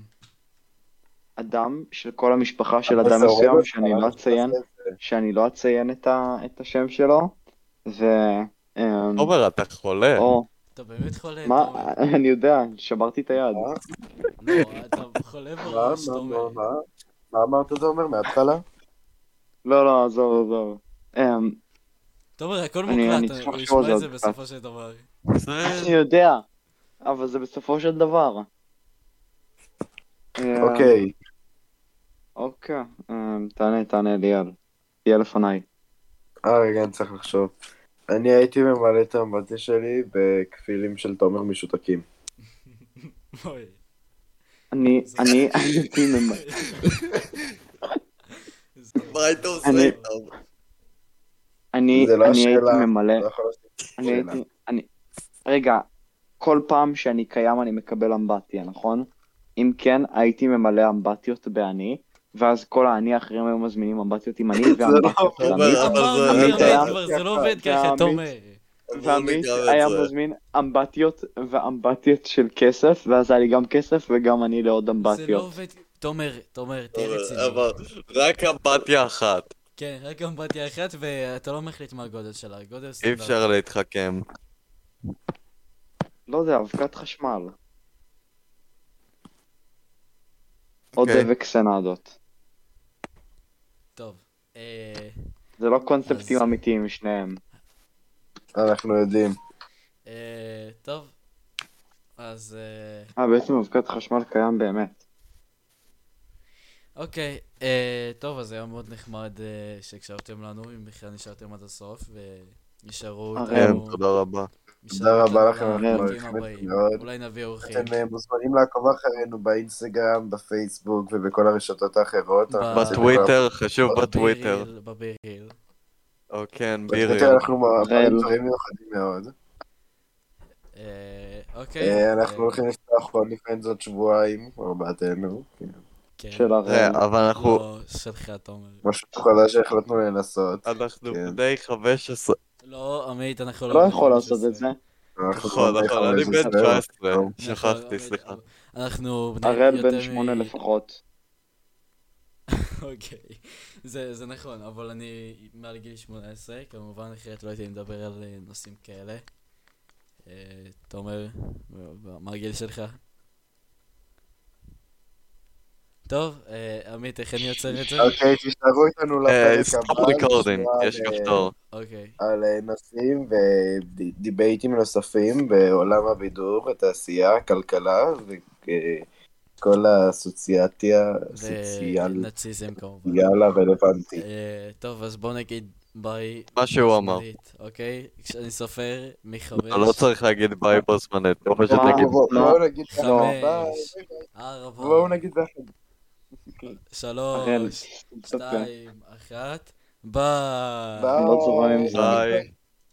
Speaker 3: אדם של כל המשפחה של אדם
Speaker 1: זה
Speaker 3: מסוים,
Speaker 1: הורג
Speaker 3: שאני
Speaker 1: אותך,
Speaker 3: לא
Speaker 1: אל
Speaker 3: אציין,
Speaker 1: תעשה את זה.
Speaker 3: שאני לא אציין את ה- את השם שלו. ו... אמ,
Speaker 4: עומר, כן. אתה חולה.
Speaker 3: או,
Speaker 2: אתה באמת חולה,
Speaker 3: מה,
Speaker 2: תומר.
Speaker 3: אה, אני יודע, שברתי את היד.
Speaker 1: מה?
Speaker 2: לא, אתה חולה
Speaker 1: מה?
Speaker 2: בראש,
Speaker 1: מה? מה?
Speaker 2: תומר.
Speaker 1: מה? מה אמרת זה אומר מההתחלה?
Speaker 3: לא, לא, עזוב, עזוב. אמ,
Speaker 2: תומר, הכל
Speaker 3: אני- אני
Speaker 2: מוקלט,
Speaker 3: צריך
Speaker 2: הוא
Speaker 3: לחשוב על
Speaker 2: ישמע את
Speaker 3: זה
Speaker 2: זה
Speaker 3: עוד
Speaker 2: בסופו של דבר.
Speaker 4: זה-
Speaker 3: אני יודע, אבל זה בסופו של דבר. אה,
Speaker 1: אוקיי,
Speaker 3: אוקיי, אה, תענה, תענה ליאל. תהיה לפניי.
Speaker 1: אה רגע, אני צריך לחשוב. אני הייתי ממלא את האמבטיה שלי בכפילים של תומר משותקים.
Speaker 2: אוי.
Speaker 3: אני,
Speaker 2: זה-
Speaker 3: אני, הייתי ממ-
Speaker 4: מה היית עושה
Speaker 3: אני-
Speaker 4: איתם?
Speaker 3: אני,
Speaker 1: זה לא
Speaker 3: אני הייתי
Speaker 1: השאלה.
Speaker 3: ממלא,
Speaker 1: לא יכול לעשות את
Speaker 3: אני
Speaker 1: השאלה.
Speaker 3: הייתי, אני, רגע, כל פעם שאני קיים אני מקבל אמבטיה, נכון? אם כן, הייתי ממלא אמבטיות באני, ואז כל העני האחרים היו מזמינים אמבטיות עם ענית ואמבטיות
Speaker 4: לא עובד,
Speaker 3: של עמית,
Speaker 4: אבל זה-
Speaker 2: אמרנו,
Speaker 3: אני יודע.
Speaker 2: הרבה כבר, זה לא עובד ככה,
Speaker 3: אתה
Speaker 2: תומר.
Speaker 4: לא
Speaker 3: ועמית היה מזמין אמבטיות ואמבטיות של כסף, ואז היה לי גם כסף וגם אני לעוד
Speaker 2: זה לא
Speaker 3: אמבטיות.
Speaker 2: עובד. תומר, תומר, תהיה רציני.
Speaker 4: אבל רק אמבטיה אחת,
Speaker 2: כן, רק אמבטיה אחת, ואתה לא מחליט מה הגודל שלה, הגודל
Speaker 4: אי
Speaker 2: סטנדרט.
Speaker 4: אפשר להתחכם.
Speaker 1: כן.
Speaker 3: לא יודע, אבקת חשמל. עוד
Speaker 4: אוקיי.
Speaker 3: דבק סנדות.
Speaker 2: טוב. אה,
Speaker 3: זה לא קונספטים
Speaker 2: אז-
Speaker 3: אמיתיים שניהם.
Speaker 1: אנחנו יודעים.
Speaker 2: אה, טוב. אז... אה,
Speaker 3: אה, בעצם אבקת חשמל קיים באמת.
Speaker 2: אוקיי, אה, טוב, אז היה מאוד נחמד אה, שהקשבתם לנו, אם בכלל נשארתם עד הסוף, ונשארו
Speaker 3: אה,
Speaker 4: כן,
Speaker 2: איתנו.
Speaker 4: תודה רבה.
Speaker 1: תודה רבה לכם,
Speaker 2: לפרקים
Speaker 3: אנחנו
Speaker 1: בהחלט
Speaker 2: הבאים.
Speaker 1: מאוד.
Speaker 2: אולי נביא אורחים.
Speaker 1: אתם אה, מוזמנים לעקוב אחרינו באינסטגרם, בפייסבוק ובכל הרשתות האחרות.
Speaker 2: אה,
Speaker 1: אנחנו נמצאים
Speaker 4: בטוויטר, חשוב
Speaker 1: בביריל.
Speaker 4: בטוויטר.
Speaker 2: בביריל, בביריל.
Speaker 4: או כן,
Speaker 1: בכל-
Speaker 4: בירי.
Speaker 1: בטוויטר אנחנו מעלים
Speaker 3: ביריל.
Speaker 1: דברים מיוחדים מאוד.
Speaker 2: אה,
Speaker 1: אה,
Speaker 2: אוקיי.
Speaker 1: אנחנו
Speaker 2: אה,
Speaker 1: הולכים לפתוח עוד לפני זאת שבועיים, או בעתנו. כן.
Speaker 2: כן.
Speaker 3: של הראל.
Speaker 4: אה, אבל אנחנו...
Speaker 2: לא, שלך, תומר.
Speaker 1: משהו חדש שהחלטנו לנסות.
Speaker 4: אנחנו
Speaker 1: כן.
Speaker 4: בני 15.
Speaker 2: לא, עמית, אנחנו לא...
Speaker 3: לא
Speaker 2: בני
Speaker 3: יכול לעשות
Speaker 2: 15.
Speaker 3: את זה.
Speaker 1: אנחנו
Speaker 4: נכון,
Speaker 1: כבר
Speaker 4: נכון, אני
Speaker 1: ב-
Speaker 4: בן
Speaker 1: 15.
Speaker 4: 19.
Speaker 1: נכון,
Speaker 2: נכון,
Speaker 4: שכחתי,
Speaker 2: עמית,
Speaker 4: סליחה.
Speaker 2: אנחנו... בני
Speaker 3: הראל
Speaker 2: יותר
Speaker 3: בן שמונה
Speaker 2: מ-
Speaker 3: לפחות.
Speaker 2: אוקיי, זה, זה נכון, אבל אני מעל גיל 18, כמובן, אחרת לא הייתי מדבר על אה, נושאים כאלה. אה, תומר, מה הגיל שלך? טוב, אה, עמית, איך אני עוצר את זה?
Speaker 1: אוקיי, תישארו איתנו
Speaker 4: אה,
Speaker 1: לפרק
Speaker 4: סטופ
Speaker 1: הבא.
Speaker 4: ריקורדינג,
Speaker 1: נשמע
Speaker 4: יש
Speaker 1: על, אה,
Speaker 4: כפתור.
Speaker 2: אוקיי,
Speaker 1: על אה, נושאים ודיבייטים נוספים בעולם הבידור, התעשייה, הכלכלה וכל הסוציאציה, סוציאל-
Speaker 2: ונאציזם כמובן.
Speaker 1: סוציאל הרלוונטי.
Speaker 2: אה, טוב, אז בוא נגיד ביי.
Speaker 4: מה שהוא אמר.
Speaker 2: זמנית, אוקיי? כשאני סופר מחמש,
Speaker 4: אתה לא צריך להגיד ביי בו זמנית, לא פשוט
Speaker 3: וואו.
Speaker 4: נגיד
Speaker 1: בואו בואו נגיד
Speaker 2: חמש,
Speaker 1: ככה, ביי.
Speaker 2: ארבע,
Speaker 1: בואו נגיד ככה.
Speaker 3: הראל.
Speaker 2: אה, שלוש, שתיים, אחת, ביי.
Speaker 1: ביי.
Speaker 3: לא צהריים,
Speaker 4: ביי.